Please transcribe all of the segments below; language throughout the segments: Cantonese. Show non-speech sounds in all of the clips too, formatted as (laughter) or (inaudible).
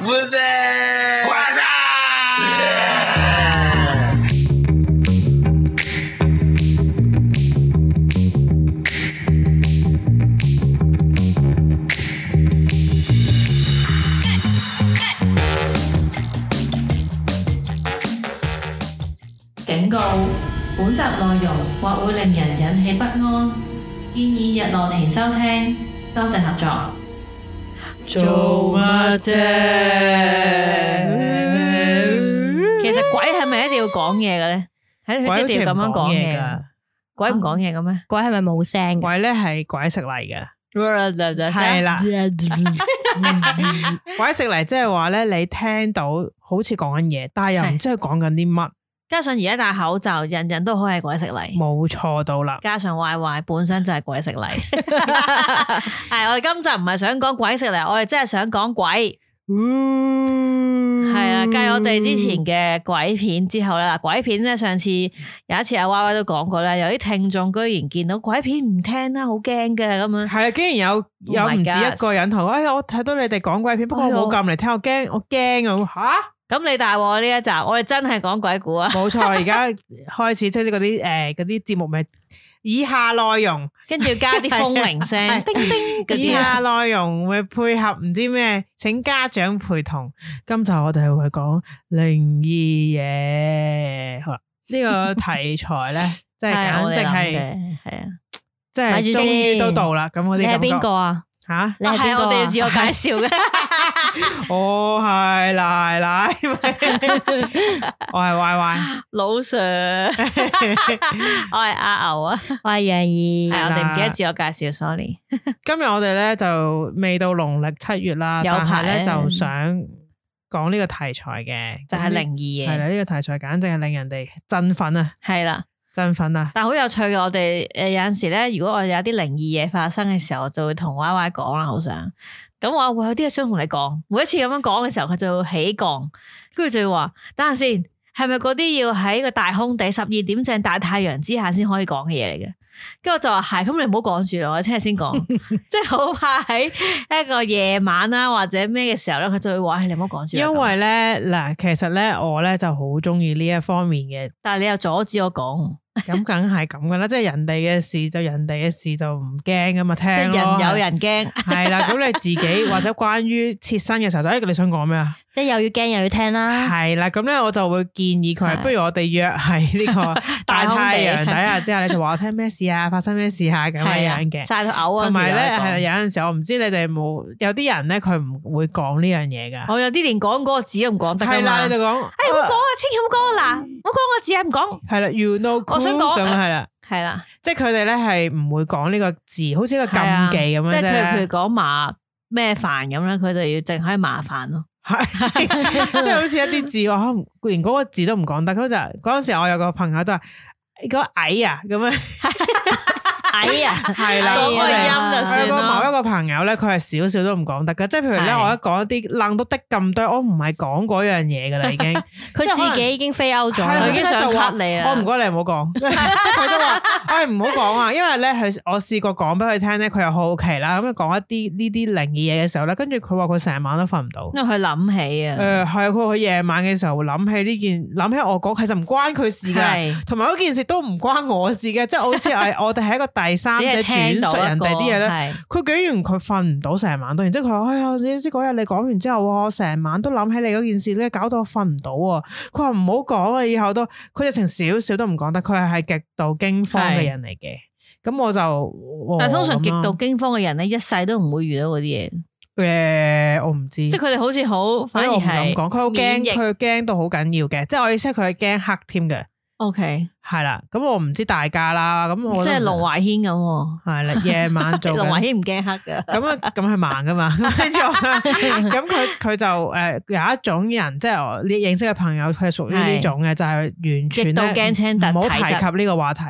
Vous êtes... 警告：本集內容或會令人引起不安，建議日落前收聽。多謝合作。做乜啫？其實鬼係咪一定要講嘢嘅咧？喺鬼佢一定要咁樣講嘢㗎，噶，鬼唔講嘢嘅咩？鬼係咪冇聲嘅？鬼咧係鬼食泥嘅，係係啦，係 (laughs) 鬼食泥即係話咧，你聽到好似講緊嘢，但係又唔知佢講緊啲乜，加上而家戴口罩，人人都可以係鬼食泥。冇錯到啦。加上壞壞本身就係鬼食泥。係我哋今集唔係想講鬼食泥，我哋真係想講鬼。係係嗯啊，繼我哋之前嘅鬼片之後啦，鬼片咧上次有一次阿 Y Y 都講過啦，有啲聽眾居然見到鬼片唔聽啦，好驚嘅咁樣。係啊，竟然有有 Oh my 唔止 gosh 哎一個人同我，哎呀，我睇到你哋講鬼片，不過我冇撳嚟聽，我驚，我驚啊！咁你大鑊呢一集，我哋真係講鬼故 (laughs) 啊！吓，冇錯，而家開始即係嗰啲誒嗰啲節目咪以下內容。跟住加啲風鈴聲， (laughs) 係叮叮嗰以啲 (laughs) 啊，下內容會配合唔知咩，請家長陪同。今集我哋會講靈異嘢，好啦，呢、個題 (laughs) 材咧，即係係啊簡我直哋諗係，嘅，係啊，即咪係住終於先都到啦。咁我你哋係感覺邊個啊？吓？你係邊係個我哋要啊？自我介紹 (laughs) 嘅，我哦係奶奶， (laughs) 我係壞壞，老 (laughs) Sir，我係阿牛啊，我係楊怡係，我哋唔記得啦自我介紹，sorry，今日我哋咧就未到農曆七月啦，有但係排咧啊就想講呢個題材嘅，就係咁呢靈異嗯係嘢，啦，呢個題材簡直係令人哋振奮啊，係啦，振奮啊！但係好有趣嘅，我哋誒有陣時咧，如果我有啲靈異嘢發生嘅時候，我就會同 Y Y 講啦，啊好想，咁我會有啲嘢想同你講，每一次咁樣講嘅時候，佢就會起槓，跟住就會話，等下先。係咪嗰啲要喺個大空地十二點正大太陽之下先可以講嘅嘢嚟嘅？跟住我就話係，咁你唔好講住啦，我聽日先 (laughs) 講。即係好怕喺一個夜晚啦，或者咩嘅時候咧，佢就會話：唉你唔好講住啦。因咁為咧嗱，其實咧我咧就好中意呢一方 (laughs) 面嘅，但係你又阻止我講，咁梗係咁噶啦，即係人哋嘅事就人哋嘅事就唔驚噶嘛，聽即係咯人有人驚。係啦，咁你 (laughs) 自己或者關於切身嘅時候就，哎你想講咩啊？即係又要驚又要聽啦。係啦，咁咧我就會建議佢，啊係不如我哋約喺呢個大 (laughs) 大空地太陽底下之下，你就話我聽咩事啊，發生咩事啊咁係啊樣嘅。晒到嘔啊！同埋咧，係啦，係有陣時我唔知你哋有冇有啲人咧，佢唔會講呢樣嘢噶。我有啲連講嗰個字都唔講得㗎係啦，嘛。你就誒，講，唔好講啊，千祈唔好講啊！嗱，唔好講個字啊，唔講。係啦，you know，我想 cool，講呃咁係啦。係啦，即係佢哋咧係唔會講呢個字，好似一係個禁忌啊咁即樣係佢譬如啫。講麻咩煩咁咧，佢就要淨係麻煩咯。係 (laughs) (laughs) 即係好似一啲字，我可能連嗰個字都唔講得。咁就嗰陣時，我有個朋友都話：嗰個矮啊咁樣。哎呀，係 (laughs) 啦講個我哋音就啊我算有個啦。某一個朋友咧，佢係少少都唔講得噶。即係譬如咧，係我一講一啲愣到的咁多，我唔係講嗰樣嘢噶啦，(laughs) 已經。佢自己已經飛 out 咗係佢啦已啦經。想 cut 你啦哦我唔該你唔好講， (laughs) 即係佢都話：，唉唔好講啊，因為咧佢我試過講俾佢聽咧，佢又好奇啦，咁佢講一啲呢啲靈異嘢嘅時候咧，跟住佢話佢成晚都瞓唔到。因為佢諗起啊。誒係啊，佢佢夜晚嘅時候會諗起呢件，諗起我講，其實唔關佢事㗎，係同埋嗰件事都唔關我事嘅，即係好似 (laughs) 係我哋係一個第三只者係轉聽到述一人個哋啲嘢咧。係佢竟然佢瞓唔到成晚都，然之後佢話：哎呀，你知嗰日你講完之後，我成晚都諗起你嗰件事咧，搞到我瞓唔到喎。佢話唔好講啊，以後都佢直情少少都唔講得，佢係係極度驚慌嘅人嚟嘅。咁我就，哦但係通常極咁度啦驚慌嘅人咧，一世都唔會遇到嗰啲嘢，誒，我唔知，即係佢哋好似好，所反以而我唔敢係講，佢好驚，免疫佢驚到好緊要嘅，即係我意思係佢係驚黑添嘅， O K，係啦。咁我唔知大家啦，咁我即係龍華軒咁喎。係啦，夜晚做 (laughs) 龍華緊軒唔驚黑噶，咁啊，咁係盲 (laughs) 噶嘛，跟住我咁佢佢就誒、呃有一種人，即係我呢認識嘅朋友，佢係屬於呢種嘅，就係極完全度咧驚青突唔好體提質及呢個話題，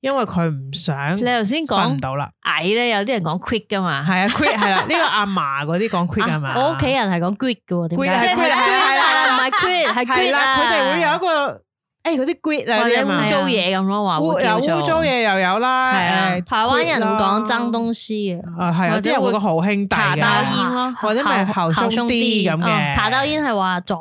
因為佢唔想你頭先嗯瞓唔講到啦。矮咧，有啲人講 quick 噶嘛，啊係啊，quit (laughs) 係啦，呢個阿嫲嗰啲講 quit 係嘛？我屋企人係講 good 嘅喎，點 quit 啊係解？ quit 係係唔啦，係 good 係 good 係啦，佢哋會有一個誒嗰啲 grid 啊啊或啲者啊污嘛，糟嘢咁咯，話污會嗱叫污糟做。嘢又有啦，係啊誒台灣人 grid 啦講爭東西嘅，啊係有或者啲人會會個好兄弟卡包打嘅，煙咯，或者咪後後生啲咁嘅哦卡兜煙係話撞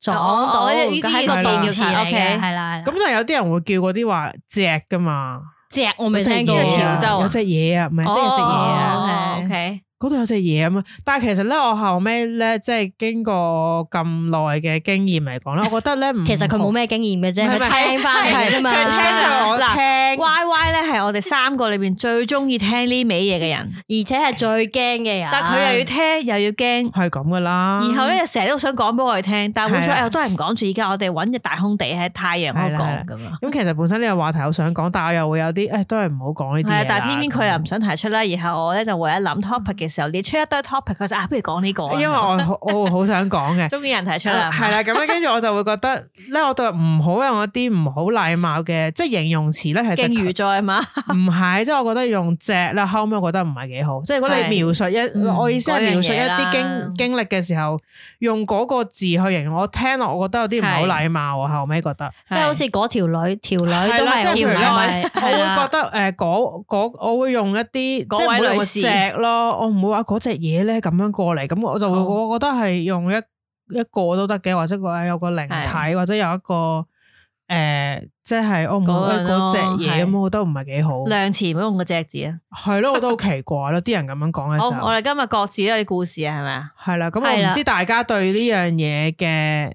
撞到，哦哦係一呢個啲嘢動詞叫卡嚟嘅， ，OK 係啦，咁就有啲人會叫嗰啲話隻噶嘛，只我未聽過呢有個隻嘢啊潮州啊有隻嘢啊，唔係即係有隻嘢啊。啊哦哦，OK。嗰度有隻嘢咁啊！但係其實咧，我後尾咧，即係經過咁耐嘅經驗嚟 (laughs) 講咧，我覺得咧，唔其實佢冇咩經驗嘅啫，唔係唔係佢聽翻嚟係啫嘛。佢聽就我啊嗱聽， Y Y 咧係我哋三個裏边最中意聽呢味嘢嘅嗯人，而且係最驚嘅人。但佢又要聽又要驚，係咁噶啦。然後咧成日都想講俾我哋聽，但系會想嗯係啦诶都係唔講住，而家我哋揾隻大空地喺太陽嗰度係啦講咁樣。咁其實本身呢個話題我想講，但係我又會有啲誒，都係唔好講呢啲係嘢啊啦。，但係偏偏佢又唔想提出啦。然後我咧就為咗諗 topic 嘅時候，你出一堆 topic，佢就啊，不如講呢個啊。因為我好我好想講嘅。中意人提 (laughs) 出啊啦，係啦，咁咧，跟住我就會覺得咧，我對唔好用一啲唔好禮貌嘅，即係形容詞咧，其實敬啊如在嘛，唔係，即係我覺得用隻咧，後尾我覺得唔係幾好。即係如果你係描述一，嗯我意思係描述一嗰樣嘢啲啦經經歷嘅時候，用嗰個字去形容，我聽落我覺得有啲唔係好禮貌啊喎。後尾覺得，即係好似嗰條女，條女都係啦即係係譬如條咧女，我係會啦覺得誒嗰嗰，我會用一啲即嗰係唔位會用女個士隻咯，我唔會話嗰隻嘢咧咁樣過嚟，咁我就會好我覺得係用一一個都得嘅，或者個有個靈體，或者有一個誒，即係 (laughs) 我唔嗰會樣嗰咯隻嘢咁，係我覺得唔係幾好。量詞唔好用個隻字啊。係咯，我都好奇怪咯，啲人咁樣講嘅好，時我候，哋今日各自都有啲故事啊，係咪啊？係啦，咁係我唔啦知大家對呢樣嘢嘅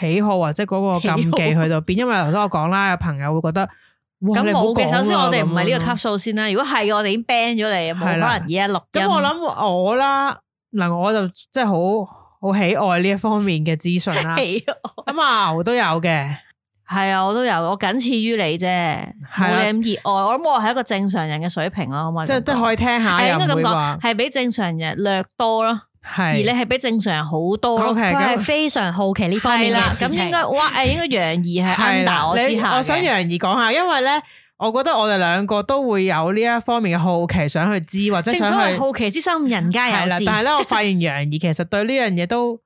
喜好或者嗰個禁忌喜好去到邊，因為頭先我講啦，有朋友會覺得，哇，咁你唔好冇嘅，講啦首先我哋唔係呢咁個樣級數先啦。如果係，我哋已經 ban 咗你，冇係可能啦而家錄音。咁我諗我啦，嗱我就即係好好喜愛呢一方面嘅資訊啦。 (laughs) 係咁啊牛都有嘅，係啊，我都有，我僅次於你啫，係啦冇你咁熱愛。我諗我係一個正常人嘅水平咯，可唔可以咁即係講？都可以聽下，係啊應又該唔咁會講，話係比正常人略多咯，而你係。係比正常人好多咯 O。K，佢係啊咁嗯非常好奇呢方係面啦嘅，事咁情。應該哇誒，應該楊怡係係 under 啦，我之你下我想嘅楊怡講下，因為咧，我覺得我哋兩個都會有呢一方面嘅好奇，想去知或者正想所謂去好奇之心，人皆係有啦。之，但係咧，我發現楊怡其實對呢樣嘢都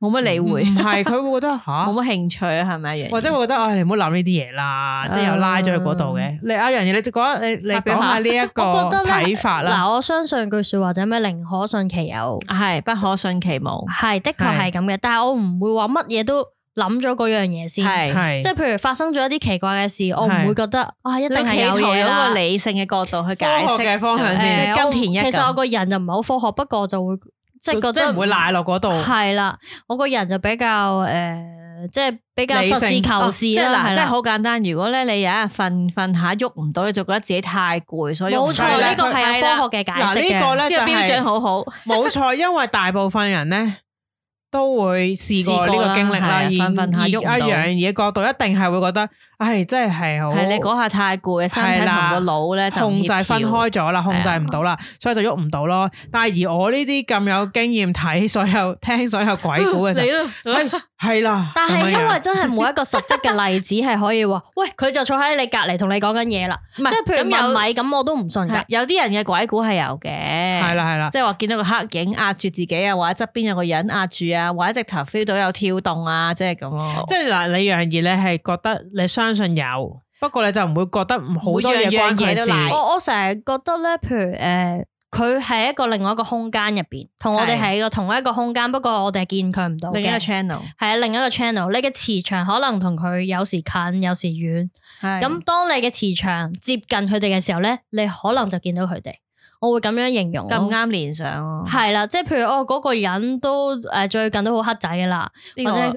冇乜理會，唔係佢會覺 (laughs) 得吓冇。乜興趣係咪楊怡？或者會覺得，唉，你唔好諗呢啲嘢啦，即係又拉咗去嗰度嘅。你阿楊怡，你覺得你你啊發表講下呢一個我覺得咧睇法啦，嗱，我相信句說話就係咩寧可信其有，係不可信其無，係的確係咁嘅。但係我唔會話乜嘢都諗咗嗰樣嘢先，係。係即係譬如發生咗一啲奇怪嘅事，我唔會覺得啊一你定係企有圖嘢用一啦個。理性嘅角度去解科學釋嘅方向先即誒係金田一我咁其實我個人就唔係好科學，不過我就會即係覺即係得唔會賴落嗰度。係啦，我個人就比較誒，即係比較實事求哦即係嗱，即是啦，係係啦好簡單。如果咧你有一日瞓瞓下喐唔到，你就覺得自己太攰，所以冇錯，係啦呢個係有學科學嘅解嗱釋呢嘅。個咧就呢個標準係好好。冇錯，因為大部分人咧都會試過呢試過個啦經歷啦，而係啊瞓瞓下喐唔而到阿楊怡嘅角度一定係會覺得，唉，真係係好係你嗰下太攰，身體係同啦個腦咧就唔控制協調分開咗啦，控制唔到啦，所以就喐唔到咯。但係而我呢啲咁有經驗睇所有聽所有鬼故嘅時候，你唉 (laughs) 咯，係啦。但係咁樣因樣為真係冇一個實質嘅例子係可以話，喂佢就坐喺你隔離同你講緊嘢啦，唔即係譬如問咁米咁我都唔信有㗎係。有啲人嘅鬼故係有嘅，係係，啦係啦，即係話見到個黑影壓住自己啊，或者側邊有個人壓住啊，或者直頭 feel 到有跳動啊，即係咁咯。即係嗱，你楊怡你係覺得你相信有，不過你就唔會覺得唔好多嘢每樣關佢嘢都事。賴我我成日覺得咧，譬如誒，呃佢係一個另外一個空間入邊，同我哋係一個同一個空間，不過我哋係見佢唔到另一個嘅。係 channel，啊，另一個 channel，你嘅磁場可能同佢有時近，有時遠。咁咁當你嘅磁場接近佢哋嘅時候咧，你可能就見到佢哋。我會咁樣形容咯。咁啱連上咯。係啦，即係譬如哦，嗰、個人都誒、呃最近都好黑仔噶啦，呢或個者係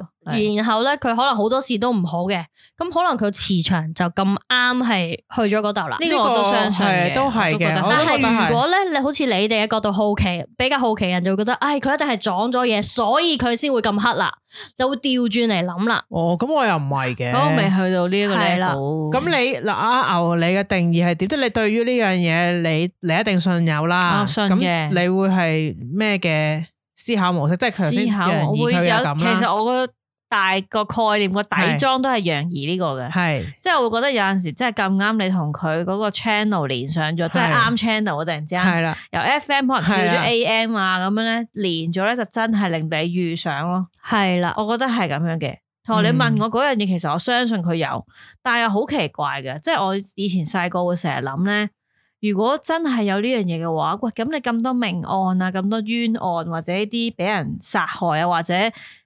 然後咧佢可能好多事都唔好嘅，咁可能佢磁場就咁啱係去咗嗰度啦。呢個我都相信係嘅都係我都覺嘅。得我但都係覺得如係。果咧，你好似你哋嘅角度好奇，比較好奇嘅人就會覺得，唉，佢一定係撞咗嘢，所以佢先會咁黑啦，就會調轉嚟諗啦。哦，咁我又唔係嘅。咁我未去到呢一個係啦 level。咁你嗱阿牛，你嘅定義係點？即係你對於呢樣嘢，你你一定信有啦。我信咁嘅你會係咩嘅思考模式？即係佢頭先思考楊我怡會佢有，又咁其實啦。我個大個概念個底裝都係楊怡呢個嘅，係即係我會覺得有陣時真係咁啱你同佢嗰個 channel 連上咗，即係啱 channel 我突然之間係啦，由 FM 可能跳係咗啊 AM 啊咁樣咧連咗咧就真係令你遇上咯，係啦，我覺得係咁樣嘅，同埋你嗯問我嗰樣嘢，其實我相信佢有，但係又好奇怪嘅，即係我以前細個會成日諗咧，如果真係有呢樣嘢嘅話，喂，咁你咁多命案啊，咁多冤案或者啲俾人殺害啊，或者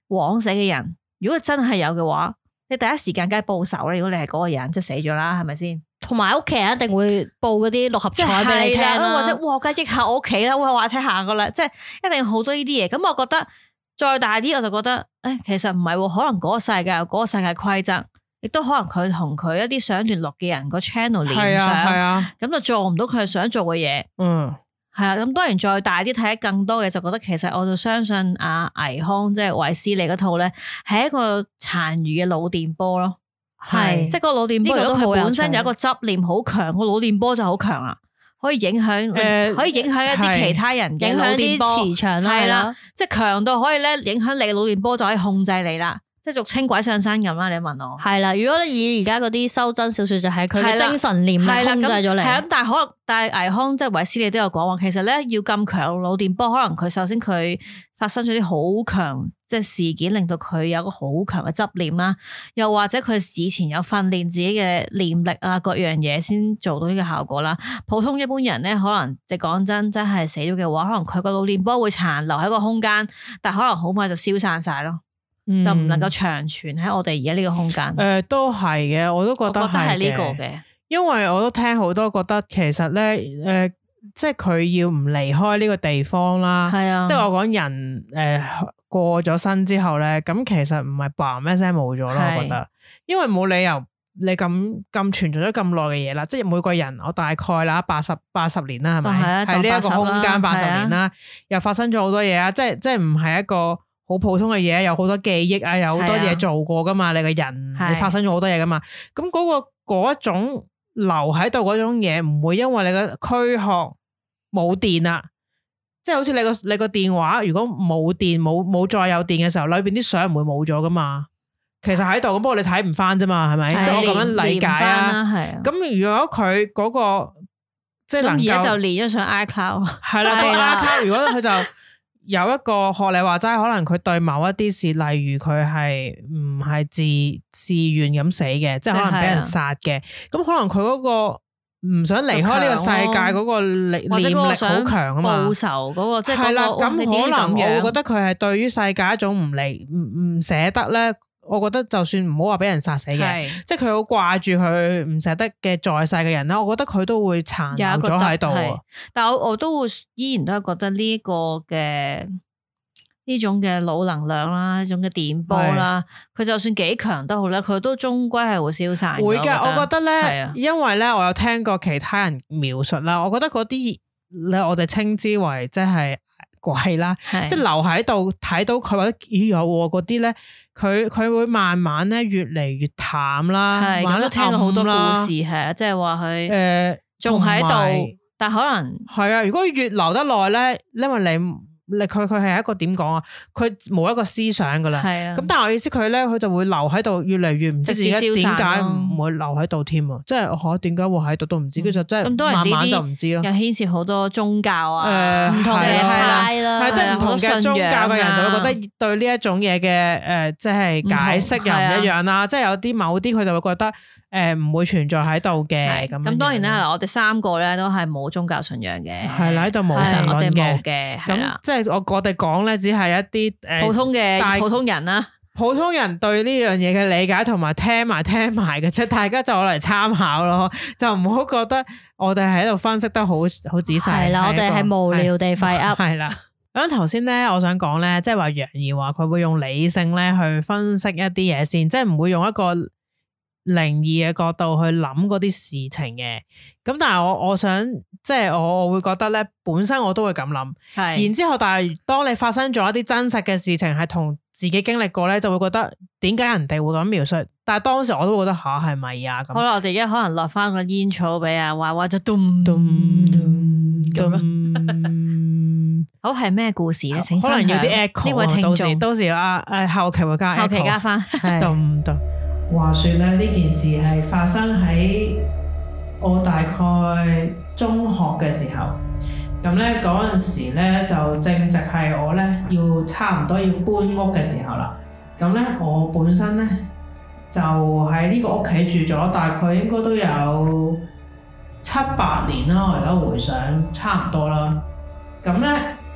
枉死嘅人，如果真係有嘅話，你第一時間梗係報仇啦。如果你係嗰個人，即係死咗啦，係咪先？同埋屋企人一定會報嗰啲六合即係彩俾你聽係啦啦，或者哇，梗係益下我屋企啦，哇，話睇下噶啦，即係一定好多呢啲嘢。咁我覺得再大啲，我就覺得，誒、其實唔係喎，可能嗰個世界有嗰個世界規則，亦都可能佢同佢一啲想聯絡嘅人個 channel 係連啊係上，啊，咁就做唔到佢想做嘅嘢。嗯係啦，咁當然再大啲睇得更多嘅，就覺得其實我就相信阿、倪匡即係維斯利嗰套咧，係一個殘餘嘅腦電波咯。係即係個腦電波，呢如個都果好有佢趣本身有一個執念好強，個腦電波就好強啦，可以影響，誒可以影響一啲係其他人嘅影腦響電啲波，磁場啦，係係啦啦，即係強到可以咧影響你嘅腦電波，就可以控制你啦，即係俗稱鬼上身咁啦。啊你問我，係啦。如果你以而家嗰啲修真小說，就係佢係嘅啦精神念力係啦，控制咁咗係啊咁你，，但係可能，但係倪匡即係維斯利都有講話，其實咧要咁強腦電波，可能佢首先佢發生咗啲好強即係事件，令到佢有個好強嘅執念啦，又或者佢以前有訓練自己嘅念力啊，各樣嘢先做到呢個效果啦。普通一般人咧，可能即係講真，真係死咗嘅話，可能佢個腦電波會殘留喺個空間，但可能好快就消散晒咯，就唔能夠長存喺我哋而家呢個空間。誒都係嘅，我都我覺覺得得係係呢個嘅。因為我都聽好多覺得其實咧誒、呃即係佢要唔離開呢個地方啦，係啊即係我講人誒、呃、過咗身之後咧，咁其實唔係嘭一聲冇咗咯，我覺得，因為冇理由。你咁咁存在咗咁耐嘅嘢啦，即係每個人我大概啦八十八十年啦，係當係咪？啊喺呢一個當80空間八啦十係啊年啦，又發生咗好多嘢啊！即係即係唔係一個好普通嘅嘢，有好多記憶啊，有好多係啊嘢做過噶嘛，你個人係你發生咗好多嘢噶嘛，咁嗰、個嗰一種留喺度嗰種嘢，唔會因為你個軀殼冇電啦，即係好似你個你個電話如果冇電冇冇再有電嘅時候，裏邊啲相唔會冇咗噶嘛。其實喺度，咁不過你睇唔翻啫嘛，係咪？係即係我咁樣理解啊。，係啊。咁如果佢嗰、個即係能咁而家就夠連咗上 iCloud，系啦，係個啦 account 如果佢就有一個學你話齋，可能佢對某一啲事，例如佢係唔係自自願咁死嘅，即係即可係能俾人啊殺嘅，咁可能佢嗰個唔想離開呢個世界嗰個力或念者力嗰好個想強啊嘛報。仇嗰個，即係係啦，嗰個哦咁哇你點可解能咁我樣會覺得佢係對於世界一種唔理唔唔捨得咧。我覺得就算唔好話俾人殺死嘅，係即係佢好掛住佢唔捨得嘅在世嘅人啦，我覺得佢都會殘留有一個咗喺度執啊係。但我我都會依然都係覺得呢個嘅呢種嘅腦能量啦，呢種嘅電波啦，佢就算幾強都好啦，佢都終歸係會消散㗎。會㗎，我覺得係咧啊，因為咧，我有聽過其他人描述啦，我覺得嗰啲咧，我哋稱之為即係鬼啦，係即係留喺度睇到佢或者咦有喎嗰啲咧，佢佢會慢慢咧越嚟越淡啦，係慢慢咁都聽過好多暗故啦事，係啊，即係話佢誒仲喺。同埋度，但可能係啊，如果越留得耐咧，因為你你佢佢係一個點講啊，佢冇一個思想噶啦。係啊咁。但係我意思佢咧，佢就會留喺度，越嚟越唔知自己直至消點散解咯唔會留喺度添啊！即係嚇點解會喺度都唔知，佢就真嗯咁當係然呢慢慢啲就唔知咯又。牽涉好多宗教啊，誒唔同嘅係啦派啦派啦，係即係好唔同多嘅信宗教仰嘅人就啊會覺得對呢一種嘢嘅誒，呃即係解釋唔同啊又唔一樣啦。即係有啲某啲佢就會覺得誒唔會存在喺度嘅係咁。咁當然啦，，我哋三個咧都係冇宗教信仰嘅，係啦，喺度冇係神我論哋冇嘅。嘅，係咁啦，即係我我哋講咧，只係一啲呃誒普通但係嘅普通人啦，普通人對呢樣嘢嘅理解同埋聽埋聽埋嘅啫，大家就攞嚟參考咯， (laughs) 就唔好覺得我哋喺度分析得好好仔細。係啦，我哋係無聊地廢噏， (laughs) 係啦。咁頭先咧，我想講咧，即係話楊怡話佢會用理性咧去分析一啲嘢先，即係唔會用一個靈異嘅角度去諗嗰啲事情嘅。咁但係我我想即係我我會覺得咧，本身我都會咁諗。然係之後，但係當你發生咗一啲真實嘅事情，係同自己經歷過咧，就會覺得點解人哋會咁描述？但係當時我都會覺得吓係咪啊咁好。啦，我哋而家可能落翻個煙草俾阿娃娃就咚咚咚咚咁咚咯。咚好係咩故事咧？請可能要啲分享 echo 呢位啊聽到時眾，到時啊誒後期會加 echo，後期加翻。咚咚。話説咧，呢件事係發生喺我大概中學嘅時候。咁咧嗰陣時咧就正值係我咧要差唔多要搬屋嘅時候啦。咁咧，我本身咧就喺呢個屋企住咗，大概應該都有七八年啦。我而家回想差唔多啦。咁咧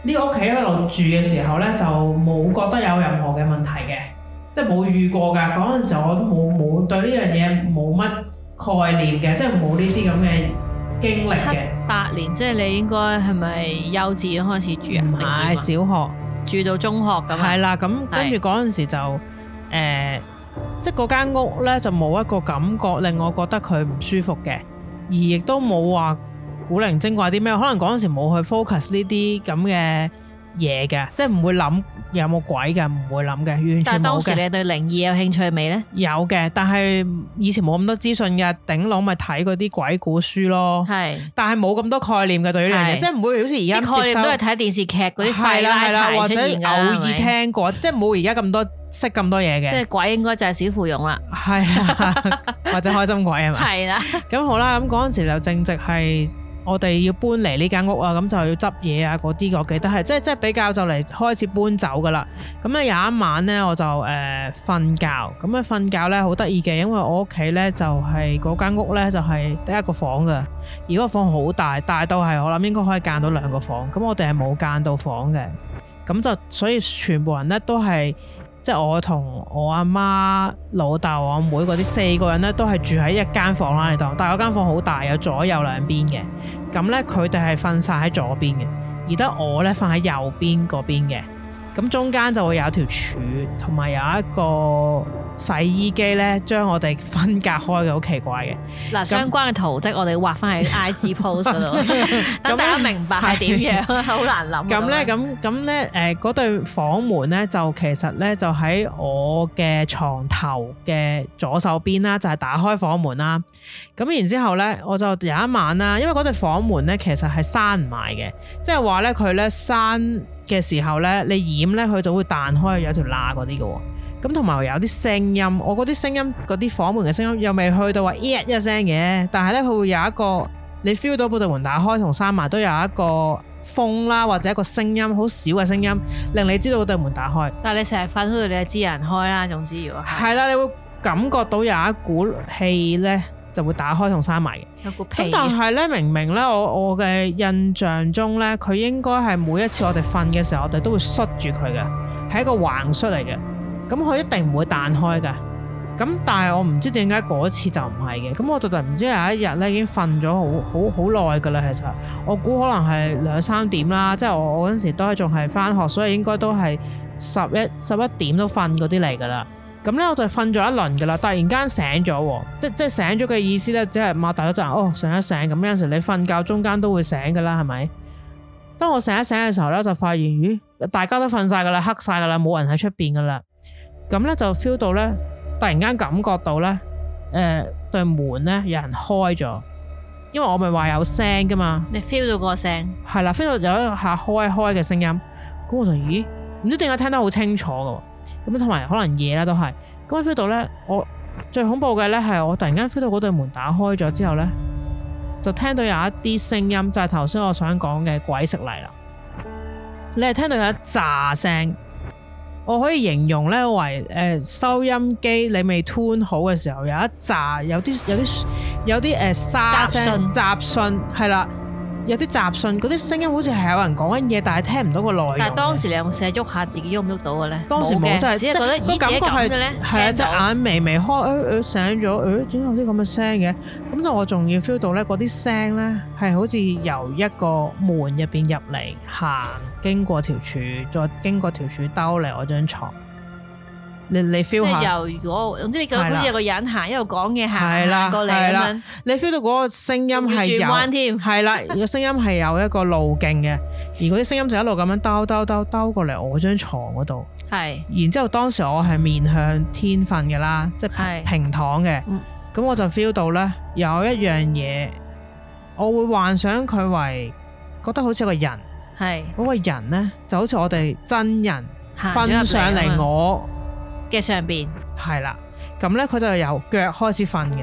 呢個屋企一路住嘅時候咧，就冇覺得有任何嘅問題嘅，即係冇遇過㗎。嗰陣時我都冇冇對呢樣嘢冇乜概念嘅，即係冇呢啲咁嘅經歷嘅。八年，即係你應該係咪幼稚園開始住啊？定點啊係小學。住到中學咁啊係？啦，咁跟住嗰陣時就誒、呃即係嗰間屋咧就冇一個感覺令我覺得佢唔舒服嘅，而亦都冇話古靈精怪啲咩，可能嗰陣時冇去 focus 呢啲咁嘅嘢嘅，即係唔會諗有冇鬼嘅，唔會諗嘅，但完全係當冇時嘅。你對靈異有興趣未呢？有嘅，但係以前冇咁多資訊嘅，頂籠咪睇嗰啲鬼故書咯，係但係冇咁多概念嘅對呢樣嘢，係即係唔會好似而家啲概接念收都係睇電視劇嗰啲係廢啦拉啊係啦，柴或出者現㗎啦，偶爾係咪聽過，即係冇而家咁多識咁多嘢嘅。即係鬼應該就係小芙蓉啦，係啦， (laughs) 或者開心鬼係咪？係啦，咁好啦，咁嗰陣時就正值係我哋要搬嚟呢間屋啊，咁就要執嘢啊嗰啲，我記得係即係即係比較就嚟開始搬走噶啦。咁咧有一晚咧，我就呃誒瞓、覺，咁啊瞓覺咧好得意嘅，因為我屋企咧就係嗰間屋咧就係得一個房噶。而嗰個房好大，大到係我諗應該可以間到兩個房。咁我哋係冇間到房嘅，咁就所以全部人咧都係即係我同我阿媽、老豆、我妹嗰啲四個人咧都係住喺一間房啦，你當。但係嗰間房好大，有左右兩邊嘅。咁咧佢哋係瞓晒喺左邊嘅，而得我咧瞓喺右邊嗰邊嘅。咁中間就會有條柱，同埋有一個洗衣機咧，將我哋分隔開嘅，好奇怪嘅。嗱相關嘅圖則我哋畫翻 (laughs) 喺 I G post 嗰度，等大家明白係點樣，好難諗。啊咁樣咧，咁咁咧，誒嗰對房門咧，就其實咧就喺我嘅床頭嘅左手邊啦，就係、打開房門啦。咁然之後咧，我就有一晚啦，因為嗰對房門咧其實係閂唔埋嘅，即係話咧佢咧閂嘅時候咧，你掩咧佢就會彈開有條罅嗰啲嘅喎。咁同埋有啲聲音，我嗰啲聲音嗰啲房門嘅聲音又未去到話一一聲嘅，但係咧佢會有一個你 feel 到嗰道門打開同閂埋都有一個風啦，或者一個聲音好少嘅聲音，令你知道嗰道門打開。但係你成日瞓嗰度，你就知有人開啦。總之如果係係啦，你會感覺到有一股氣咧就會打開同閂埋嘅。有個屁咁，但係咧，明明咧，我我嘅印象中咧，佢應該係每一次我哋瞓嘅時候，我哋都會摔住佢嘅，係一個橫摔嚟嘅。咁佢一定唔會彈開嘅。咁但係我唔知點解嗰次就唔係嘅。咁我就突然唔知有一日咧已經瞓咗好好好耐㗎啦。其實我估可能係兩三點啦，即係我我嗰陣時都係仲係返學，所以應該都係十一十一點都瞓嗰啲嚟㗎啦。咁咧我就瞓咗一輪㗎啦，突然間醒咗喎，即即係醒咗嘅意思咧，只係擘大咗隻眼，哦醒一醒咁。有陣時你瞓覺中間都會醒㗎啦，係咪？當我醒一醒嘅時候咧，就發現咦，大家都瞓晒㗎啦，黑晒㗎啦，冇人喺出邊㗎啦。咁咧就 feel 到咧，突然間感覺到咧，誒、呃、對門咧有人開咗，因為我咪話有聲㗎嘛。你 feel 到個聲，係啦，飛到有一下開開嘅聲音，咁我就咦，唔知點解聽得好清楚嘅喎，咁同埋可能夜啦都係，咁我 feel 到咧，我最恐怖嘅咧係我突然間 feel 到嗰對門打開咗之後咧，就聽到有一啲聲音，就係頭先我想講嘅鬼食泥啦，你係聽到有一炸聲。我可以形容咧為誒、呃收音機你未 tune 好嘅時候有一炸有啲有啲有啲誒、呃、沙聲雜訊係啦，有啲雜訊嗰啲聲音好似係有人講緊嘢，但係聽唔到個內容。但係當時你有冇試下喐下自己喐唔喐到嘅咧？哎當時冇嘅真係，只即係覺得個咦感點覺解咁係嘅咧，係啊，聽隻到眼微微開，誒、誒醒咗，誒、點解有啲咁嘅聲嘅？咁就我仲要 feel 到咧，嗰啲聲咧係好似由一個門入邊入嚟，行經過條柱，再經過條柱兜嚟我張床。你你即 feel 下。係由如果總之你覺係得啦好似有個人行一路講嘢係行啦行過嚟係咁啦樣，你 feel 到嗰個聲音係要轉彎有，添，係啦，個聲音係有一個路徑嘅，而嗰啲聲音就一路咁樣兜兜兜兜過嚟我張床嗰度，係然之後當時我係面向天瞓嘅啦，即係係平躺嘅嗯，咁我就 feel 到咧有一樣嘢，我會幻想佢為覺得好似個人，嗰、係個人咧就好似我哋真人行咗入瞓上嚟啊我。嘛嘅上邊，係啦，咁咧佢就由腳開始瞓嘅，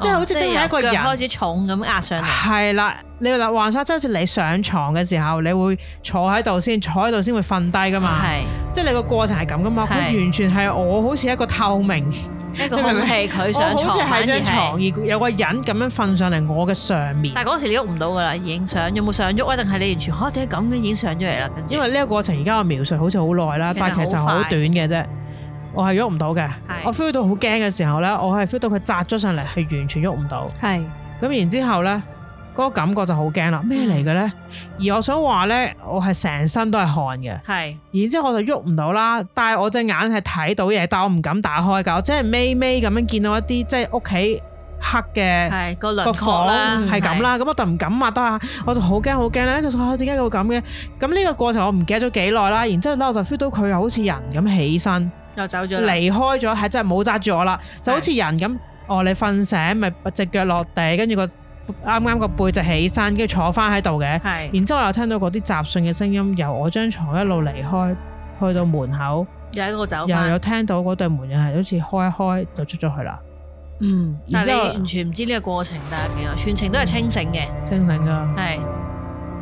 即係哦好似真係一個由人腳開始啊重咁壓上嚟，係啦。你嗱幻想即係好似你上床嘅時候，你會坐喺度先，坐喺度先會瞓低噶嘛。係即係你個過程係咁噶嘛？佢係完全係我好似一個透明，一個空氣佢上哦我好床似反而係張床，而係。有個人咁樣瞓上嚟我嘅上面。但係嗰時你喐唔到噶啦，已經上有冇上喐啊？定係你完全嚇點解咁嘅已經上咗嚟啦？跟住因為呢個過程而家我描述好似好耐啦，其實但係其實好好快短嘅啫。我係喐唔到嘅，我 feel 到好驚嘅時候咧，我係 feel 到佢扎咗上嚟，係完全喐唔到。係咁然之後咧，嗰、個感覺就好驚啦。咩嚟嘅咧？嗯而我想話咧，我係成身都係汗嘅。係然之後我就喐唔到啦，但係我隻眼係睇到嘢，但我唔敢打開㗎，我只係微微咁樣見到一啲即係屋企黑嘅。係個個輪廓房啦，係咁啦，咁我就唔敢擘得下，我就好驚好驚啦。跟住我點解佢會咁嘅？咁呢個過程我唔記得咗幾耐啦。然之後咧，我就 feel 到佢好似人咁起身又走咗啦。離開咗，係真係冇揸住我啦，就好似人咁。哦，你瞓醒咪只腳落地，跟住個啱啱個背脊起身，跟住坐翻喺度嘅。係然之後我又聽到嗰啲雜訊嘅聲音，由我張床一路離開，去到門口，又喺嗰度走又有翻，聽到嗰對門又係好似開一開就出咗去啦。嗯然但係之你後完全唔知呢個過程但係幾耐，全程都係清醒嘅，清醒噶。係。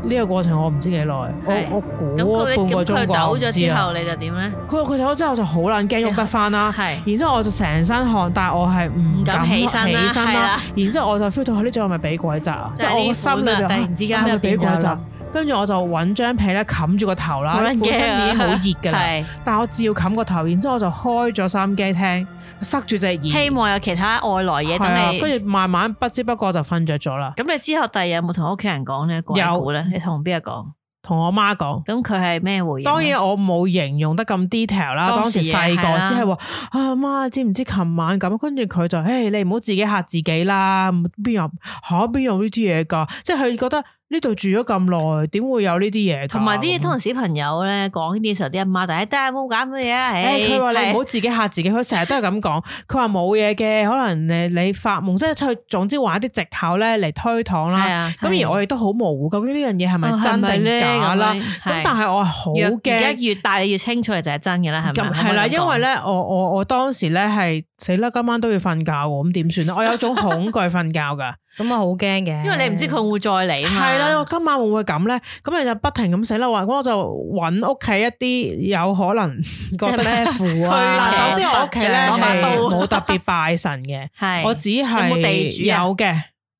呢個過程我唔知幾耐，係我我估咁佢半個咁鐘佢啩走我唔咗知之啊後，你就點咧？佢佢走咗之後就好撚驚，喐得翻啦。係然之後我就成身汗，但係我係唔唔敢敢起身啦起身係啦啦。然之後我就 feel 到呢種係咪俾鬼砸啊？即就係係我個呢心款裏啊邊突然啊之間心裏入邊俾鬼就砸諗。跟住我就揾張被咧冚住個頭啦，啊本身已經好熱㗎啦，啊係但我照冚個頭，然之後我就開咗收音機聽，塞住隻耳，希望有其他外來嘢係啊等你。跟住慢慢不知不覺就瞓着咗啦。咁你之後第二日有冇同屋企人講呢？鬼故咧？你同邊個講？同我媽講。咁佢係咩回應呢？當然我冇形容得咁 detail 啦，啊當當時時細個係啦只係話啊媽，知唔知琴晚咁？跟住佢就誒，你唔好自己嚇自己啦，邊有嚇邊有呢啲嘢㗎？即係佢覺得呢度住咗咁耐，點會有呢啲嘢㗎？同埋啲咁通常小朋友咧講呢啲時候，啲阿媽就係得冇搞乜嘢啊！唉誒佢話你唔好係自己嚇自己，佢成日都係咁講。佢話冇嘢嘅，可能誒你發夢，即係佢總之玩一啲藉口咧嚟推係搪啦。啊，哦咁而我亦都好模糊，究竟呢樣嘢係咪真定假啦？咁但係係我係好越而家驚。越大，你越清楚就係真嘅啦，係咪？可唔咁可以係啦，咁講因為咧，我我我當時咧係死啦，今晚都要瞓覺喎，咁點 (laughs) 算咧？我有種恐懼瞓覺噶，咁啊好驚嘅，因為你唔知佢會唔會再嚟啊嘛。係啦，我今晚會唔會咁咧？咁你就不停咁死啦，話咁我就揾屋企一啲有 (laughs) 可能即覺係得。咩 (laughs) 符啊？嗱，首先我屋企咧攞把係刀冇特別拜神嘅， (laughs) 係我只係有冇地主啊有嘅，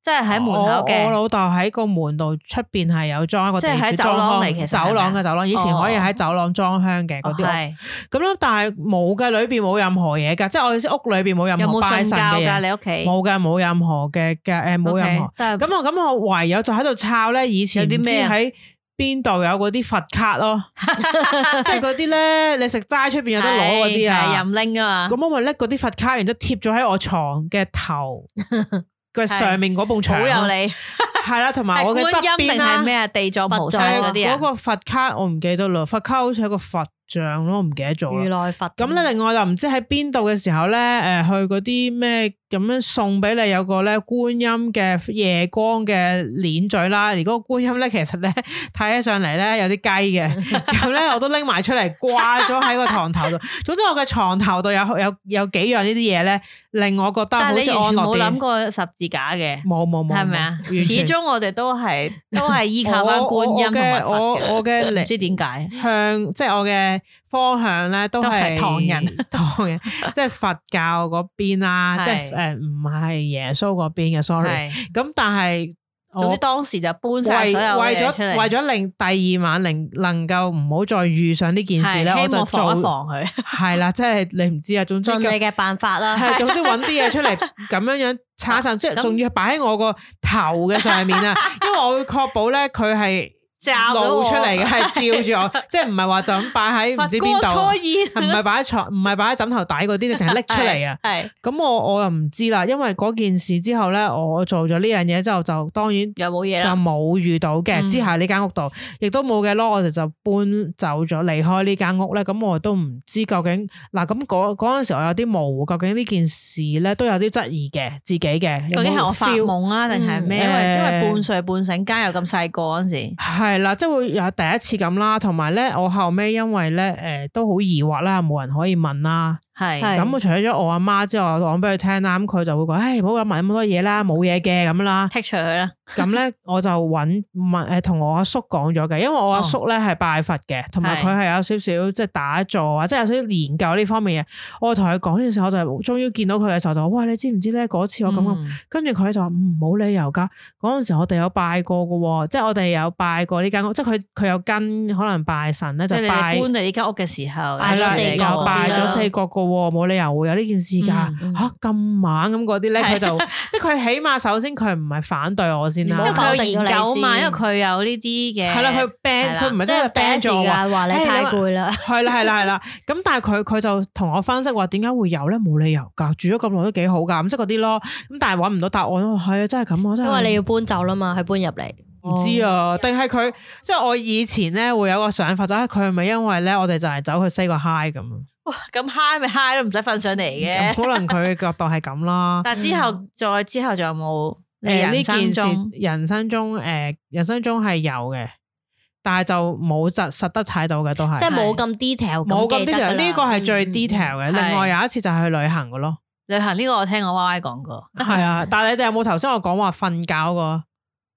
即係喺門口我我嘅，老豆喺個門度出邊係有裝一個即地係喺主走裝廊香嚟其實係咪哦走廊嘅走廊，以前可以喺走廊裝香嘅嗰啲屋。係咁咯，但係冇嘅，裏邊冇任何嘢噶，即係我意思屋裏邊冇任有何冇拜信神教㗎？嘅嘢，你屋企冇嘅，冇任何嘅嘅誒，冇任何。但係咁我咁我唯有就喺度抄咧，以前有啲唔知咩啊喺邊度有嗰啲佛卡 (laughs) 咯，即係嗰啲咧，你食齋出邊有得攞嗰係啲係啊。任拎啊嘛，咁我咪拎嗰啲佛卡，然之後貼咗喺我床嘅 (laughs) 頭嘅上面嗰埲好牆咯，有你。係啦，同埋係我嘅側觀音邊定啦係咩啊？地藏菩薩係嗰啲嗰啊？個佛卡我唔記得啦，佛卡好似係個佛像咯，我唔記得咗啦如。來佛咁咧，嗯另外就唔知喺邊度嘅時候咧，誒、呃去嗰啲咩咁樣送俾你有個咧觀音嘅夜光嘅鏈嘴啦，而嗰個觀音咧其實咧 (laughs) 睇起上嚟咧有啲雞 (laughs) 嘅，咁咧我都拎埋出嚟掛咗喺個床頭度。總之我嘅床頭度有有有幾樣呢啲嘢咧，令我覺得好但係似你安完全樂冇諗啲。過十字架嘅，冇冇冇，係咪啊？完始全終我哋都係都係依靠翻我觀音同埋我佛我嘅我我嘅嘅，唔知點解。向即係我嘅方向咧，都都係係唐人 (laughs) 唐人，即係佛教嗰邊啦，係即係誒唔係耶穌嗰邊嘅，sorry。係，咁但係總我之當時就搬晒為所有為嘢咗出嚟為咗令第二晚令能夠唔好再遇上呢件事咧，係我希就望防一做防佢。 (laughs) 係啦，即係你唔知啊，總之盡咁你嘅辦法啦，係總之揾啲嘢 (laughs) 出嚟咁樣樣叉散，即係仲要擺喺我個頭嘅上面 (laughs) 啊，因為我會確保咧佢係。罩到我露出嚟嘅係 (laughs) 照住我，即係唔係話就咁擺喺唔知佛邊歌度，啊初現唔係擺喺床，唔係擺喺枕頭底嗰啲，你淨係拎出嚟 (laughs) 啊！係咁我我又唔知啦，因為嗰件事之後咧，我做咗呢樣嘢之後，就當然又冇嘢就啦。冇遇到嘅。嗯之下呢間屋度亦都冇嘅咯，我哋就搬走咗，離開呢間屋咧。咁我都唔知究竟嗱，咁嗰嗰陣時我有啲模糊，究竟呢件事咧都有啲質疑嘅，自己嘅究竟係我發發夢啊，定係咩？因為嗯因為誒半睡半醒，加又咁細個嗰陣時，係啦，即係會有第一次咁啦，同埋咧，我後尾因為咧，誒、都好疑惑啦，冇人可以問啦。係係咁我除咗我阿媽之外，我講俾佢聽啦，咁佢就會講：，唉，唔好咁問咁多嘢啦，冇嘢嘅咁啦。剔除佢啦。咁咧我就揾問誒同我阿叔講咗嘅，因為我阿叔咧係拜佛嘅，同埋係佢係有少少即係打坐啊，即係有少少研究呢方面嘅。我同佢講呢件事，我就終於見到佢嘅時候就話：喂，你知唔知咧？嗰次我咁咁嗯跟住佢就話嗯冇理由噶，嗰陣時我哋有拜過噶喎，即係我哋有拜過呢間屋，即係佢佢有跟可能拜神咧即係就你哋拜搬。嚟呢間屋嘅時候，係拜咗啦，四個又拜咗啦四個個喎，冇理由會有呢件事㗎嗯嗯吓咁猛咁嗰啲咧，係佢就即係佢起碼首先佢唔係反對我先因啦因為，為佢有佢有研研究究嘛，嘛因因為為佢有呢啲嘅，係啦，佢 ban 係啦佢唔係即真係係第 ban 一時咗話間話你哎太你話攰啦，係啦係啦係啦，咁但係佢佢就同我分析話點解會有咧，冇理由㗎，住咗咁耐都幾好㗎，咁即係嗰啲咯，咁但係揾唔到答案咯，係啊，真係咁啊，真係因為你要搬走啦嘛，佢搬入嚟。唔知哦啊，定係佢即係我以前咧會有個想法，就係佢係咪因為咧我哋就係走去 say 個 hi 咁啊？咁 high 咪 high 都唔使瞓上嚟咁嘅。可能佢嘅角度係咁 (laughs) 啦。 (laughs) 但之後再之後仲有冇你誒人呢生件中事人生中誒人生中係有嘅，但係就冇實實得睇到嘅都係即係冇咁 detail，冇咁記得㗎 detail。啦呢個係最嗯嗯 detail 嘅。嗯係另外有一次就係去旅行嘅 (laughs) 咯，旅行呢個我聽我 Y Y 講過，係啊。但係你哋有冇頭先我講話瞓覺嗰個？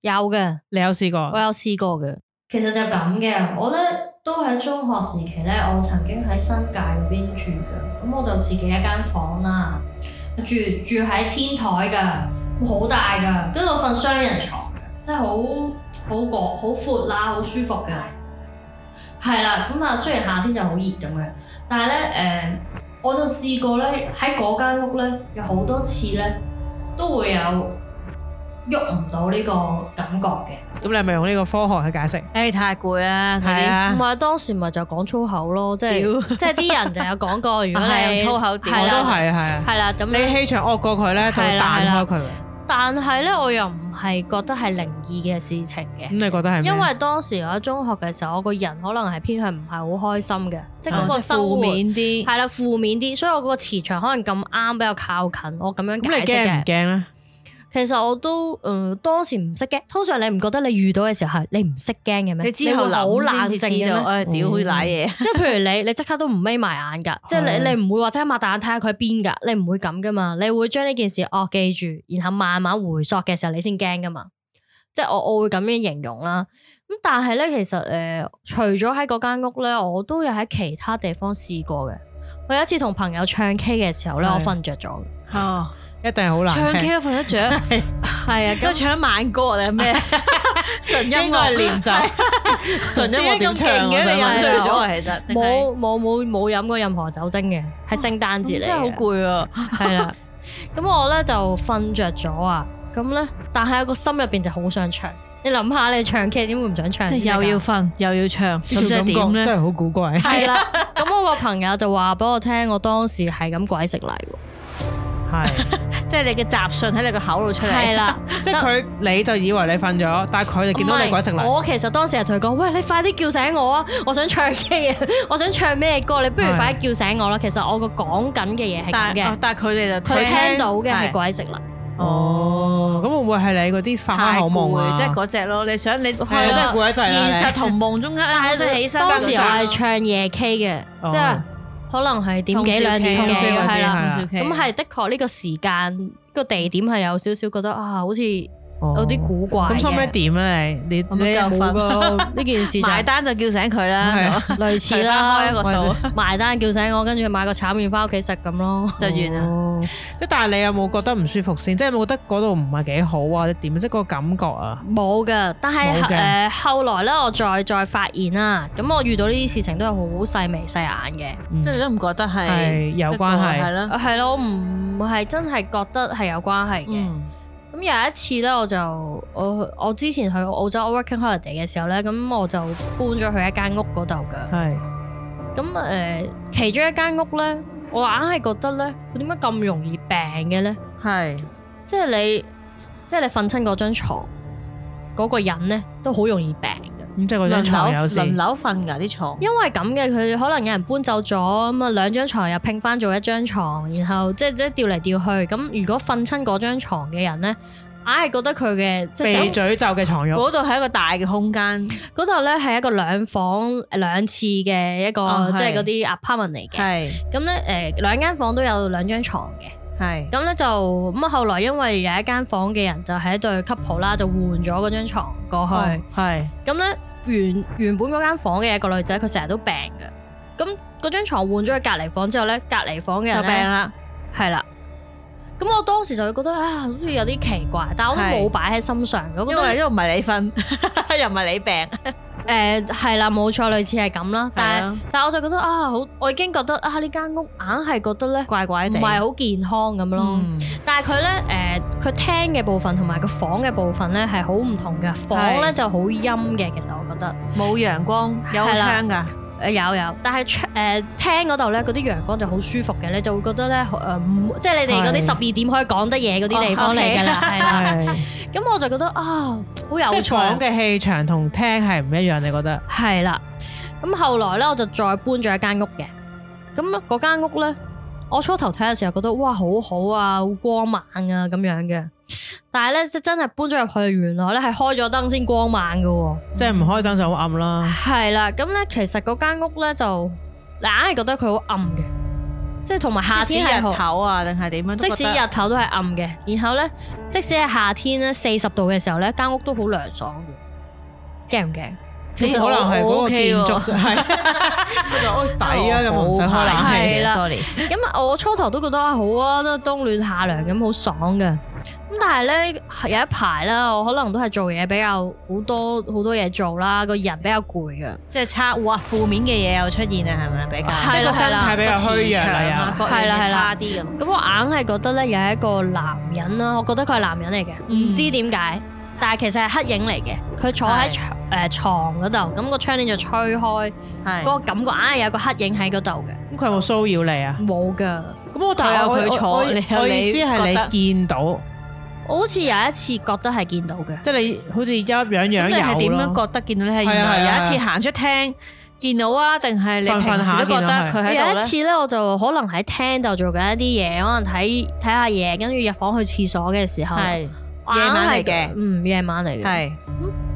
有嘅，你有試過我？有試過嘅。其實就咁嘅，我咧都喺中學時期咧，我曾經喺新界嗰邊住嘅，咁我就自己一間房啦，住住喺天台㗎，好大㗎，跟住我瞓雙人床嘅，即係好好廣好闊啦，好舒服嘅。係啦，咁啊雖然夏天就好熱咁嘅，但係咧誒，我就試過咧喺嗰間屋咧有好多次咧都會有喐唔到呢個感覺嘅。咁你係咪用呢個科學去解釋？誒太攰啦，嗰啲係唔啊，係當時咪就講粗口咯，即屌係即係啲人就有講過，如果啊你 (laughs) 係用粗口屌我係都啦係係啊。係啦，咁你氣場惡過佢咧，就會係啦彈係啦開佢。但係咧，我又唔係覺得係靈異嘅事情咁嘅，你覺得嗯係咩？因為當時我喺中學嘅時候，我個人可能係偏向唔係好開心嘅，即係嗰個生活哦負面啲，係啦負面啲，所以我嗰個磁場可能咁啱比較靠近，我咁樣咁解你釋驚嘅唔。驚咧？其實我都誒、呃、當時唔識驚，通常你唔覺得你遇到嘅時候係你唔識驚嘅咩？你之後會好冷諗先靜至嘅知咩道，誒屌好似賴嘢，即係譬如你，你即刻都唔眯埋眼㗎，即係你你唔會話即刻擘大眼睇下佢喺邊㗎，你唔會咁㗎嘛，你會將呢件事哦記住，然後慢慢回溯嘅時候你先驚㗎嘛，即係我我會咁樣形容啦。咁但係咧，其實誒、呃除咗喺嗰間屋咧，我都有喺其他地方試過嘅。我有一次同朋友唱 K 嘅時候咧，係我瞓着咗嘅，哦 (laughs) 一定係好難唱聽 K 都瞓得着， (laughs) 係啊，因為咁唱慢歌定係 (laughs) 咩？純音應該樂係啊練 (laughs) 習，純音樂點解點咁唱勁嘅 (laughs) 你問飲醉係啊咗啊？其實定係冇冇冇冇飲過任何酒精嘅，係聖誕節嚟嘅，真係好攰啊！系啦， (laughs) 咁我咧就瞓着咗啊，咁咧，但係個心入边就好想唱。你諗下，你唱 K 點會唔想唱即先係得㗎？又要瞓又要唱，呢咁種即係感點覺咧？真係好古怪。係啦，咁我個朋友就話俾我聽，我當時係咁鬼食泥喎，係，即係你嘅雜訊喺你個口度出嚟。係啦，即係佢你就以為你瞓咗，但係佢就見哦到你鬼食泥唔係。我其實當時係同佢講，喂，你快啲叫醒我啊！我想唱 K 啊， (laughs) 我想唱咩歌？你不如係快啲叫醒我啦。其實我個講緊嘅嘢係咁但嘅哦，但係佢哋就聽佢聽到嘅係係鬼食泥，哦，咁會唔會係你嗰啲發開太口夢攰，啊？即係嗰只咯。你想你係啊，真係攰一滯啦。現實你同夢中間但啱係起身當時真我㗎係唱夜 K 嘅，哦即係可能係點幾兩點通宵嘅，嗰啲係啦係。啊咁係的確呢個時間個地點係有少少覺得啊，好似有有啲。古怪嘅哦咁收尾點咧？你你我都你夠冇瞓㗎呢件事就埋單就叫醒佢啦，類除似啦開一啦個，數埋單叫醒我，跟住買個炒麵翻屋企食咁咯。 (laughs) 就完啦。啦。哦即係但係你有冇覺得唔舒服先？即係有冇覺得嗰度唔係幾好啊？或者點？即係個感覺啊？冇噶，但係冇誒、嘅呃、後來咧，我再再發現啦，咁我遇到呢啲事情都係好細眉細眼嗯即係你都唔覺得係係有關係係。嘅，啦。係咯，我唔係真係覺得係有關係嘅。嗯，咁有一次咧，我就我我之前去澳洲 working holiday 嘅時候咧，咁我就搬咗去一間屋嗰度噶。係。咁誒、呃其中一間屋咧，我硬係覺得咧，佢點解咁容易病嘅咧？係即係你，即係你瞓親嗰張床，嗰、個人咧都好容易病嘅。咁即係輪嗰張床流有事。輪流瞓㗎啲床。因為咁嘅，佢可能有人搬走咗，咁啊兩張床又拼翻做一張床，然後即係即係調嚟調去。咁如果瞓親嗰張床嘅人咧，硬係覺得佢嘅即係被詛咒嘅床褥，嗰度係一個大嘅空間，嗰度咧係一個兩房兩次嘅一個，哦係即係嗰啲 apartment 嚟嘅。係咁咧誒兩間房都有兩張床嘅。係咁咧就咁啊後來因為有一間房嘅人就係一對 couple 啦，就換咗嗰張床過哦去。 (laughs) 係咁咧、原原本嗰間房嘅一個女仔，佢成日都病嘅。咁嗰張床換咗去隔離房之後咧，隔離房嘅人就呢病啦，係啦。咁我當時就會覺得啊，好似有啲奇怪，但我都冇係擺喺心上。我覺因得為因為唔係你 (laughs) 瞓，又唔係你病，誒係啦，冇錯，類似係咁啦。但係係啊但係我就覺得啊，好，我已經覺得啊，呢間屋硬係覺得咧怪怪唔地，係好健康咁咯。嗯但係佢咧誒，佢廳嘅部分同埋個房嘅部分咧係好唔同嘅。房係咧就好陰嘅，其實我覺得冇陽光，有係啦窗㗎，誒、有有，但係窗誒廳嗰度咧嗰啲陽光就好舒服嘅，你就會覺得咧誒唔即係你哋嗰啲係十二點可以講得嘢嗰啲哦地方嚟㗎啦，係啦。 (laughs) 咁我就覺得啊，好有即係趣。房嘅氣場同廳係唔一樣，你覺得？係啦，咁後來咧我就再搬咗一間屋嘅，咁嗰間屋咧，我初頭睇嘅時候覺得哇好好啊，好光猛啊咁樣嘅，但係咧即真係搬咗入去，原來咧係開咗燈先光猛嘅喎。即係唔開燈就好暗啦。係啦，咁咧其實嗰間屋咧就你硬係覺得佢好暗嘅，即係同埋夏即使天係日好，頭啊，定係點樣都覺即得？使日頭都係暗嘅，然後咧即使係夏天咧四十度嘅時候咧，間屋都好涼爽嘅，驚唔驚？其實可能係嗰個建 (laughs) 築係，我就哦抵啊，咁我唔使開冷氣係嘅。啦，sorry，咁啊我初頭都覺得啊好啊，都冬暖夏涼咁好爽嘅。咁但係咧有一排啦，我可能都係做嘢比較好多好多嘢做啦，個人比較攰啊嘅。即係差哇，負面嘅嘢又出現啊，係咪比較？係個啦身體比較虛弱係啦啊，，各樣係啦嘢係啦差啲咁。咁我硬係覺得咧有一個男人啦，我覺得佢係男人嚟嘅，唔、嗯知點解，但係其實係黑影嚟嘅。佢坐喺係床誒、床嗰度，咁個窗簾就吹開，係嗰個感覺硬係有個黑影喺嗰度嘅，又咁佢有冇騷擾你啊？冇㗎。咁我但係我佢有佢坐我我你有我你意思係你見到，我好似有一次覺得係見到嘅。即係你好似一樣樣咁你係有點咯樣覺得見到你係係啊原係啊來有一係次啊行出廳見到啊，定係你瞓平瞓下時都覺得見到係佢喺有度一咧？次咧，我就可能喺廳度做緊一啲嘢，可能睇睇下嘢，跟住入房去廁所嘅時候，係我硬係夜晚嚟嘅嗯，夜晚嚟嘅。係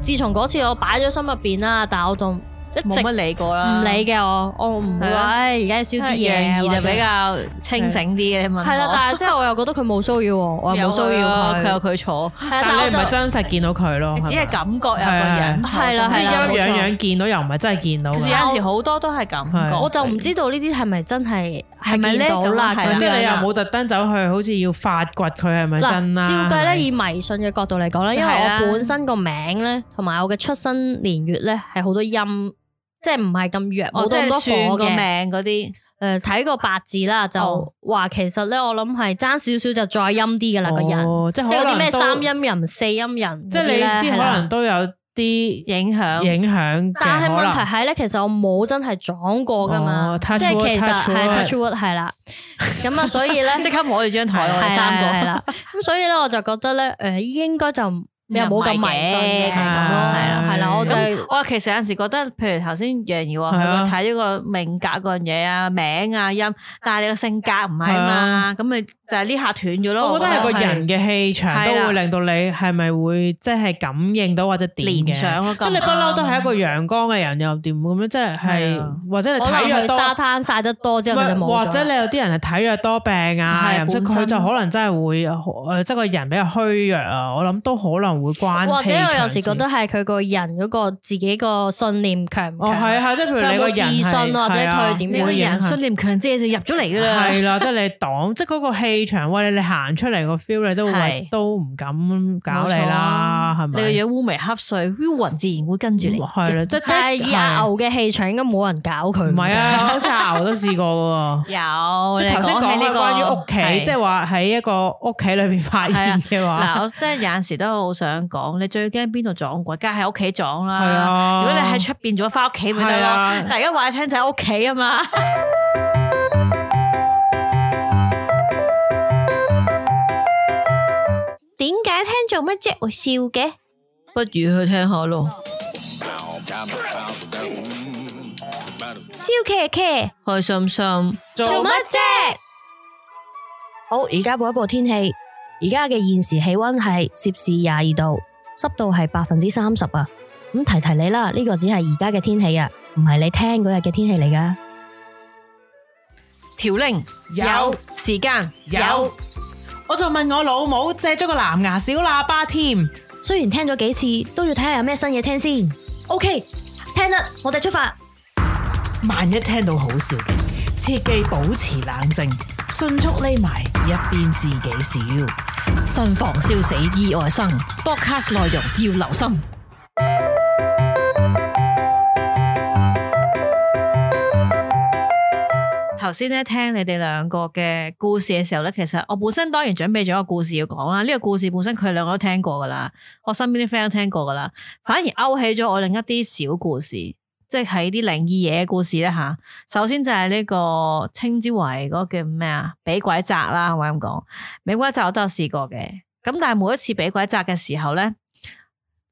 自從嗰次我擺咗心入邊啦，但我就一冇直乜理過啦，唔理嘅我，我唔會係話啦唉而家要燒因啲為嘢楊啊，怡或就者比較清醒啲嘅，你問我 (laughs) 係啦，但係即係我又覺得佢冇騷擾我，我又冇騷擾有啊佢有佢，佢坐，係啦，但但係你我唔係就真實見到佢咯，你只係係感覺有個人坐係咗啦咪即係啦係冇一錯樣樣見到又唔係真係見到啊其㗎，實有陣時好多都係感覺，係我就唔知道呢啲係咪真係係咪呢係見到啦，咁啊係啦咁即係你又樣啦冇特登走去，好似要發掘佢係咪真啊啦？嗱，照計係咪咧，以迷信嘅角度嚟講咧，就因係為啦我本身個名咧，同埋我嘅出生年月咧，係好多陰，即係唔係咁哦弱，我冇即咁係多算火個嘅。命嗰啲，誒，睇個八字啦，就哦話其實咧，我諗係爭少少就再陰啲噶啦，啊個人，哦即係即係可嗰能啲咩都三，陰人、四陰人，即係你先先可能。都有啲影響影響嘅可但係問題能。係咧，其實我冇真係撞過噶嘛，哦，touch 即係 wood，其實 touch 係 wood touch wood 係啦，咁啊，所以咧即刻摸住張台，我哋係三啦係 (laughs) 個啦，咁所以咧我就覺得咧，誒應該就又冇咁迷信嘅又唔係嘅咁咯，係啦係係啦，我就係我其實有陣時覺得，譬如頭先楊怡話係啊佢會睇呢個命格嗰樣嘢啊、名啊、音，但係你個性格唔係嘛，咁咪就係呢下斷咗咯。我覺得係個人嘅氣場都係啦啊會令到你係咪會即係感應到或者點聯嘅？啊想咯，即係你不嬲都係一個陽光嘅人又點咁樣？即係係啊係或者你可體能弱去多沙灘曬得多之後佢唔就係冇或咗者你有啲人係體弱多病啊，係又唔識本佢身就可能真係會誒，即係個人比較虛弱啊。我諗都可能會關或者氣我場有時覺得係佢個人嗰個自己個信念強唔哦，係強，啊，即係譬如佢有你個冇人自信或者係啊佢點你個會影響人信念強者就入咗嚟㗎啦。係啦， (laughs) 即係你擋，即係嗰個氣場，喂，你你行出嚟個 feel，你都會係都唔敢搞你冇錯啦啊，係咪？你個樣烏眉瞌睡，烏雲自然會跟住你。係啦，即係但係以阿牛嘅氣場應該冇人搞佢，唔係啊，好似阿牛都試 (laughs) 過有，喎。即係頭先講講起呢開個關於屋企，係即係話喺一個屋企裏邊發係啊現嘅話，嗱，我真係有陣時都好想講，你最驚邊度撞鬼？梗係喺屋企撞啦。係啊如果你喺出邊撞，翻屋企咪得係咯啊。但係而家話你聽就喺屋企啊嘛。點解聽做乜啫會笑嘅？不如去聽下咯。笑騎騎開心心，做乜啫？好，而家播一播天氣。而家嘅現時氣温係攝氏廿二度，濕度係百分之三十啊。咁提提你啦，呢、個只係而家嘅天氣啊，唔係你聽嗰日嘅天氣嚟噶。條令有時間有，我仲問我老母借咗個藍牙小喇叭添。雖然聽咗幾次，都要睇下有咩新嘢聽先。OK，聽得，我哋出發。萬一聽到好笑嘅，切記保持冷靜，迅速匿埋一邊自己笑。慎防燒死意外生，podcast 內容要留心。頭先咧聽你哋兩個嘅故事嘅時候咧，其實我本身當然準備咗個故事要講啊啦。呢、個故事本身佢哋兩個都聽過噶啦，我身邊啲 friend 都聽過噶啦，反而勾起咗我另一啲小故事，即係喺啲靈異嘢嘅故事咧吓。首先就係呢、個稱之為嗰個叫咩啊，俾鬼砸啦，可唔可以咁講？美鬼扎我都有試過嘅，咁但係每一次俾鬼扎嘅時候咧，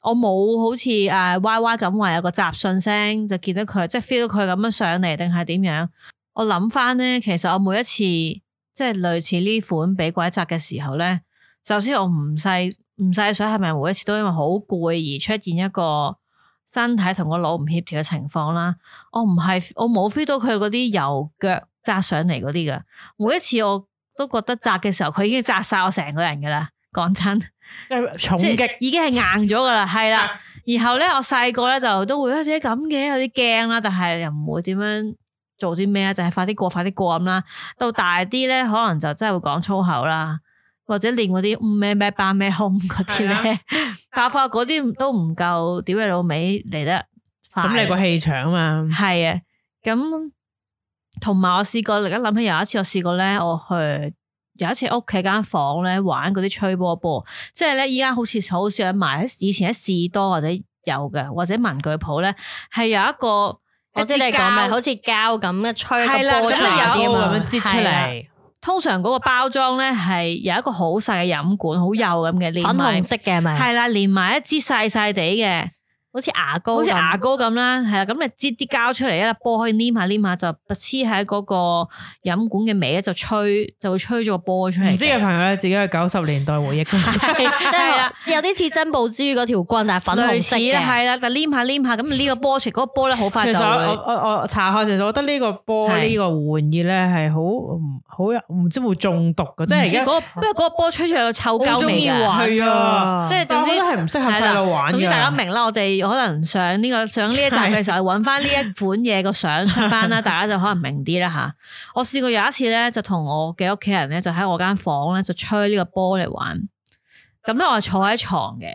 我冇好似誒 Y Y 咁話有個雜訊聲，就見到佢即係 feel 到佢咁樣上嚟，定係點樣？我諗翻咧，其實我每一次即係類似呢款俾鬼扎嘅時候咧，首先我唔細唔細想係咪每一次都因為好攰而出現一個身體同個腦唔協調嘅情況啦。我唔係我冇 feel 到佢嗰啲由腳扎上嚟嗰啲嘅，每一次我都覺得扎嘅時候，佢已經扎晒我成個人噶啦。講真，即係重即擊係已經係硬咗噶啦，係啦。然後咧，我細個咧就都會有啲咁嘅，有啲驚啦，但係又唔會點樣做啲咩啊，就係、快啲過，快啲過咁啦。到大啲咧，可能就真係會講粗口啦，或者練嗰啲嗯咩咩班咩空嗰啲咧，爆發嗰啲都唔夠屌你老味嚟得快。咁你個氣場啊嘛，系啊，咁同埋我試過，而家諗起有一次我試過咧，我去有一次屋企間房咧玩嗰啲吹波波，即係咧依家好似好少人賣，以前喺士多或者有嘅，或者文具鋪咧係有一個我知你一支講咩，膠好似膠咁嘅吹係啦個波咁出你嚟有啲咁啊嘛樣擠出係啦嚟，通常嗰個包裝咧係有一個好細嘅飲管，好幼咁嘅，連粉埋紅色嘅係咪？係啦，連埋一支細細地嘅。好似牙膏好咁，似牙膏咁啦，係啦，咁你擠啲膠出嚟，一粒波可以黏下黏下，就黐喺嗰個飲管嘅尾咧，就吹就會吹咗個波出嚟。(laughs) 唔知嘅朋友咧，自己去九十年代回憶。即係啦，係有啲似珍寶珠嗰條棍，但係粉類紅似色啦，嘅。係啦，但黏下黏下，咁呢個波出嗰個波咧，好快其就實我會我我我查下，其實我覺得呢個波係呢個玩意咧係好唔好有唔知會中毒嘅，即係而唔家知嗰個不過嗰個波吹出去有臭好膠中味意㗎。玩㗎係啊即係總之我覺得係唔適合細路玩嘅總之大家明啦，我哋可能上呢、個上呢一集嘅時候，揾翻呢一款嘢個相出翻 (laughs) 啦，大家就可能明啲啦吓。我試過有一次咧，就同我嘅屋企人咧，就喺我間房咧就吹呢個波嚟玩。咁咧我係坐喺床嘅，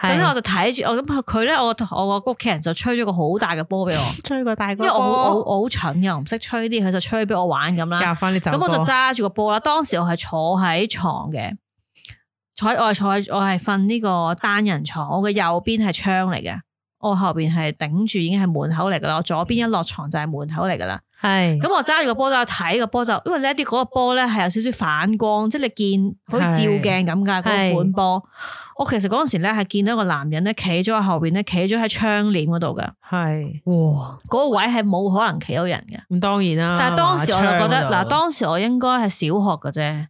咁咧我就睇住我咁佢咧，我我個屋企人就吹咗個好大嘅波俾 (laughs) 我，吹個大個因為我好我好波，我好蠢嘅，我唔識吹啲，佢就吹俾我玩咁啦。夾翻啲酒咁我就歌揸住個波啦。當時我係坐喺床嘅，坐喺我係坐喺我係瞓呢個單人床，我嘅右邊係窗嚟嘅，我後邊係頂住已經係門口嚟噶啦，我左邊一落床就係門口嚟噶啦。係咁我揸住個波都有睇個波就，因為呢啲嗰個波咧係有少少反光，即係你見好似照鏡咁噶嗰係款波。我其實嗰陣時咧係見到一個男人咧企咗喺後邊咧，企咗喺窗簾嗰度嘅，係哇，嗰、個位係冇可能企到人嘅。咁當然啦。但係當時我就覺馬得，槍嗱，啊嗰度當時我應該係小學嘅啫，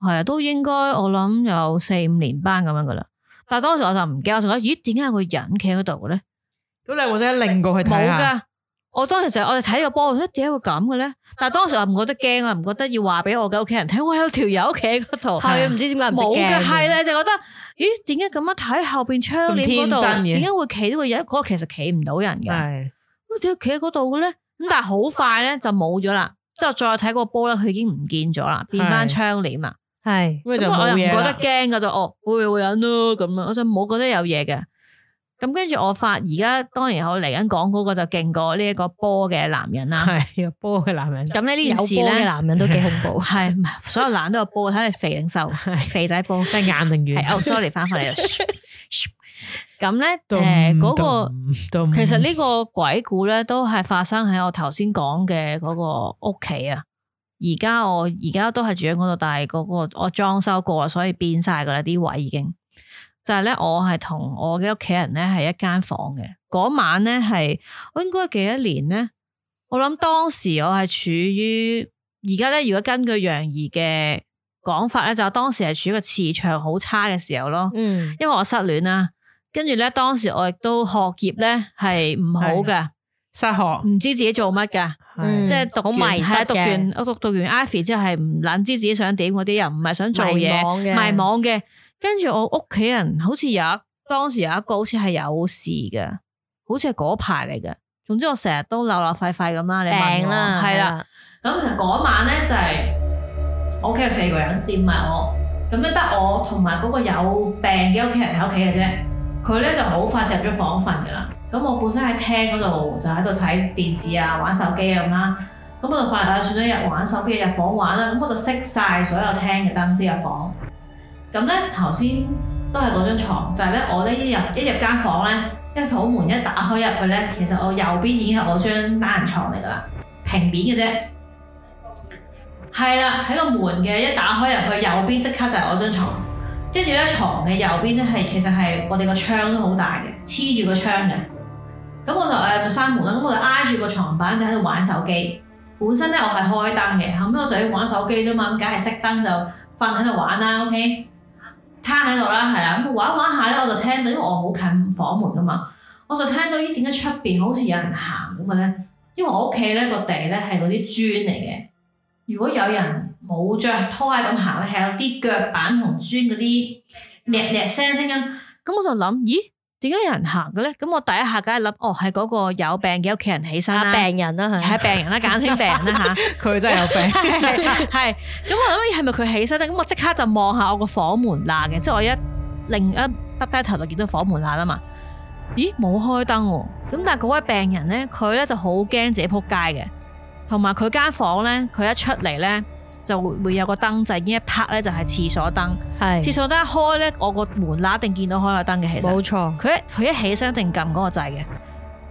係啊，都應該我諗有四五年班咁樣噶啦。但係當時我就唔記得，我就覺得，咦，點解有個人企喺度嘅咧？咁你有冇即係擰過去睇冇下？噶，我當時就我就睇個波，我覺得點解會咁嘅咧？但係當時我唔覺得驚，啊我唔覺得要話俾我嘅屋企人聽，我有條友企喺嗰度，係啊，唔知點解唔冇識嘅，嘅，係啦，就覺得，咦，點解咁樣睇後邊窗簾嗰咁天真度，嘅點解會企到個人？嗰個其實企唔到人嘅。係咁點解企喺嗰度嘅咧？咁但係好快咧就冇咗啦。之後再睇個波咧，佢已經唔見咗啦，變翻窗簾啦。係咁你就咁我冇又唔嘢覺啦得。驚噶，就哦會有人咯咁樣，我就冇覺得有嘢嘅。咁跟住我發，而家當然我嚟緊講嗰個就勁過呢一個波嘅男人啦。係有波嘅男人，咁呢啲有件波事呢嘅男人都幾恐怖。係唔係所有男都有波，睇你肥定瘦，肥仔波。 (laughs) 即係眼定係遠。哦，sorry，翻 (laughs) 返嚟啦。咁咧，誒嗰個。個其實呢個鬼故咧，都係發生喺我頭先講嘅嗰個屋企啊。而家我而家都係住喺嗰度，但係嗰、個我裝修過啦，所以變晒噶啦啲位已經。就係咧，我係同我嘅屋企人咧係一間房嘅。嗰晚咧係我應該幾多年咧？我諗當時我係處於而家咧，如果根據楊怡嘅講法咧，就當時係處於個磁場好差嘅時候咯。嗯，因為我失戀啦，跟住咧當時我亦都學業咧係唔好嘅，失學，唔知自己做乜噶，係即嗯系讀好完迷失係啊讀完嘅我讀讀完 Ivy 之後係唔撚知自己想點嗰啲人，唔係想做嘢迷惘嘅迷惘嘅。跟住我屋企人好似有一當時有一個好似係有事嘅，好似係嗰排嚟嘅。總之我成日都流流費費咁啦，你問病我啦，係啦。，咁其實嗰晚咧就係我屋企有四個人，掂埋我，咁咧得我同埋嗰個有病嘅屋企人喺屋企嘅啫。佢咧就好快就入咗房瞓㗎啦。咁我本身喺廳嗰度就喺度睇電視啊、玩手機咁啦。咁我就發啊，算咗入玩手機，入房玩啦。咁我就熄晒所有廳嘅燈，即入房。咁咧頭先都係嗰張床，就係、咧我咧一入一入間房咧，一房門一打開入去咧，其實我右邊已經係我張單人床嚟㗎啦，平面嘅啫。係啦，喺個門嘅一打開入去，右邊即刻就係我張床。跟住咧床嘅右邊咧係其實係我哋個窗都好大嘅，黐住個窗嘅。咁我就誒咪閂門啦，咁我就挨住個床板就喺度玩手機。本身咧我係開燈嘅，後尾我就要玩手機啫嘛，咁梗係熄燈就瞓喺度玩啦，OK，攤喺度啦，係啦，咁玩一玩下咧我就聽到，因為我好近房門噶嘛，我就聽到咦點解出邊好似有人行咁嘅咧？因為我屋企咧個地咧係嗰啲磚嚟嘅。如果有人冇着拖啊鞋咁行咧，係有啲腳板同磚嗰啲嘜嘜聲聲音。咁我就諗，咦，點解有人行嘅咧？咁我第一下梗係諗，哦，係嗰個有病嘅屋企人起身啦，啊病人啦係係病人啦，簡稱病人啦吓。佢真係有 (laughs) 病。係，咁我諗係咪佢起身咧？咁我即刻就望下我個房門罅嘅，即係我一另一耷低頭就見到房門罅啦嘛。咦，冇開燈喎、咁但係嗰位病人咧，佢咧就好驚自己撲街嘅，同埋佢間房咧，佢一出嚟咧就會有個燈掣，已經一拍咧就係廁所燈，廁係所燈一開咧，我個門罅一定見到開個燈嘅，其實。冇錯，佢一佢一起身一定撳嗰個掣嘅。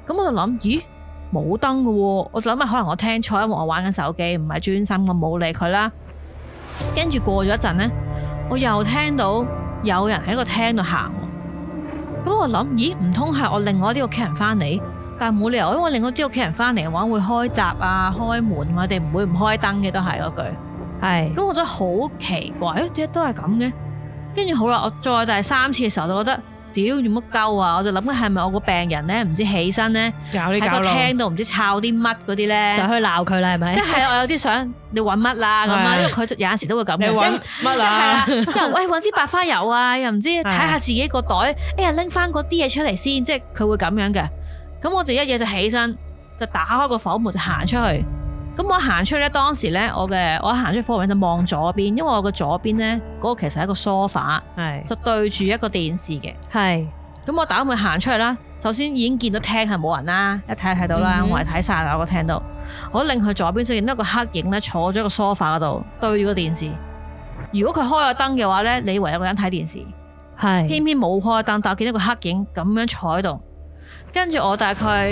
咁我就諗，咦，冇燈嘅喎，我就諗下可能我聽錯，因為我玩緊手機，唔係專心，我冇理佢啦。跟住過咗一陣呢，我又聽到有人喺個廳度行喎。咁我諗，咦，唔通係我另外啲屋企人翻嚟？但係冇理由，因為另外啲屋企人翻嚟嘅話，會開閘啊、開門，我哋唔會唔開燈嘅，都係嗰句。係咁我真係好奇怪，誒點解都係咁嘅？跟住好啦，我再第三次嘅時候就覺得，屌做乜鳩啊！我就諗緊係咪我個病人咧，唔知起身咧搞呢喺搞個路，廳度唔知抄啲乜嗰啲上咧，去鬧佢啦係咪即？係我有啲想你揾乜啦咁啊，係因為佢有陣時都會咁你嘅，即係揾乜即係啦，啊？即係喂揾支白花油啊，又唔知睇下自己個袋，哎呀拎翻嗰啲嘢出嚟先，即係佢會咁樣嘅。咁我就一嘢就起身，就打開個房門就行出去。咁我行出去咧，當時咧我嘅我行出去房門就望左邊，因為我嘅左邊咧嗰、個其實係一個 sofa，係就對住一個電視嘅。係咁我打開門行出去啦，首先已經見到廳係冇人啦，一睇就睇到啦，嗯哼我係睇晒啦，我個廳度。我另去左邊就見到一個黑影咧，坐咗喺個 sofa 嗰度，對住個電視。如果佢開咗燈嘅話咧，你以為有個人睇電視，係偏偏冇開燈，但我見到個黑影咁樣坐喺度。跟住我大概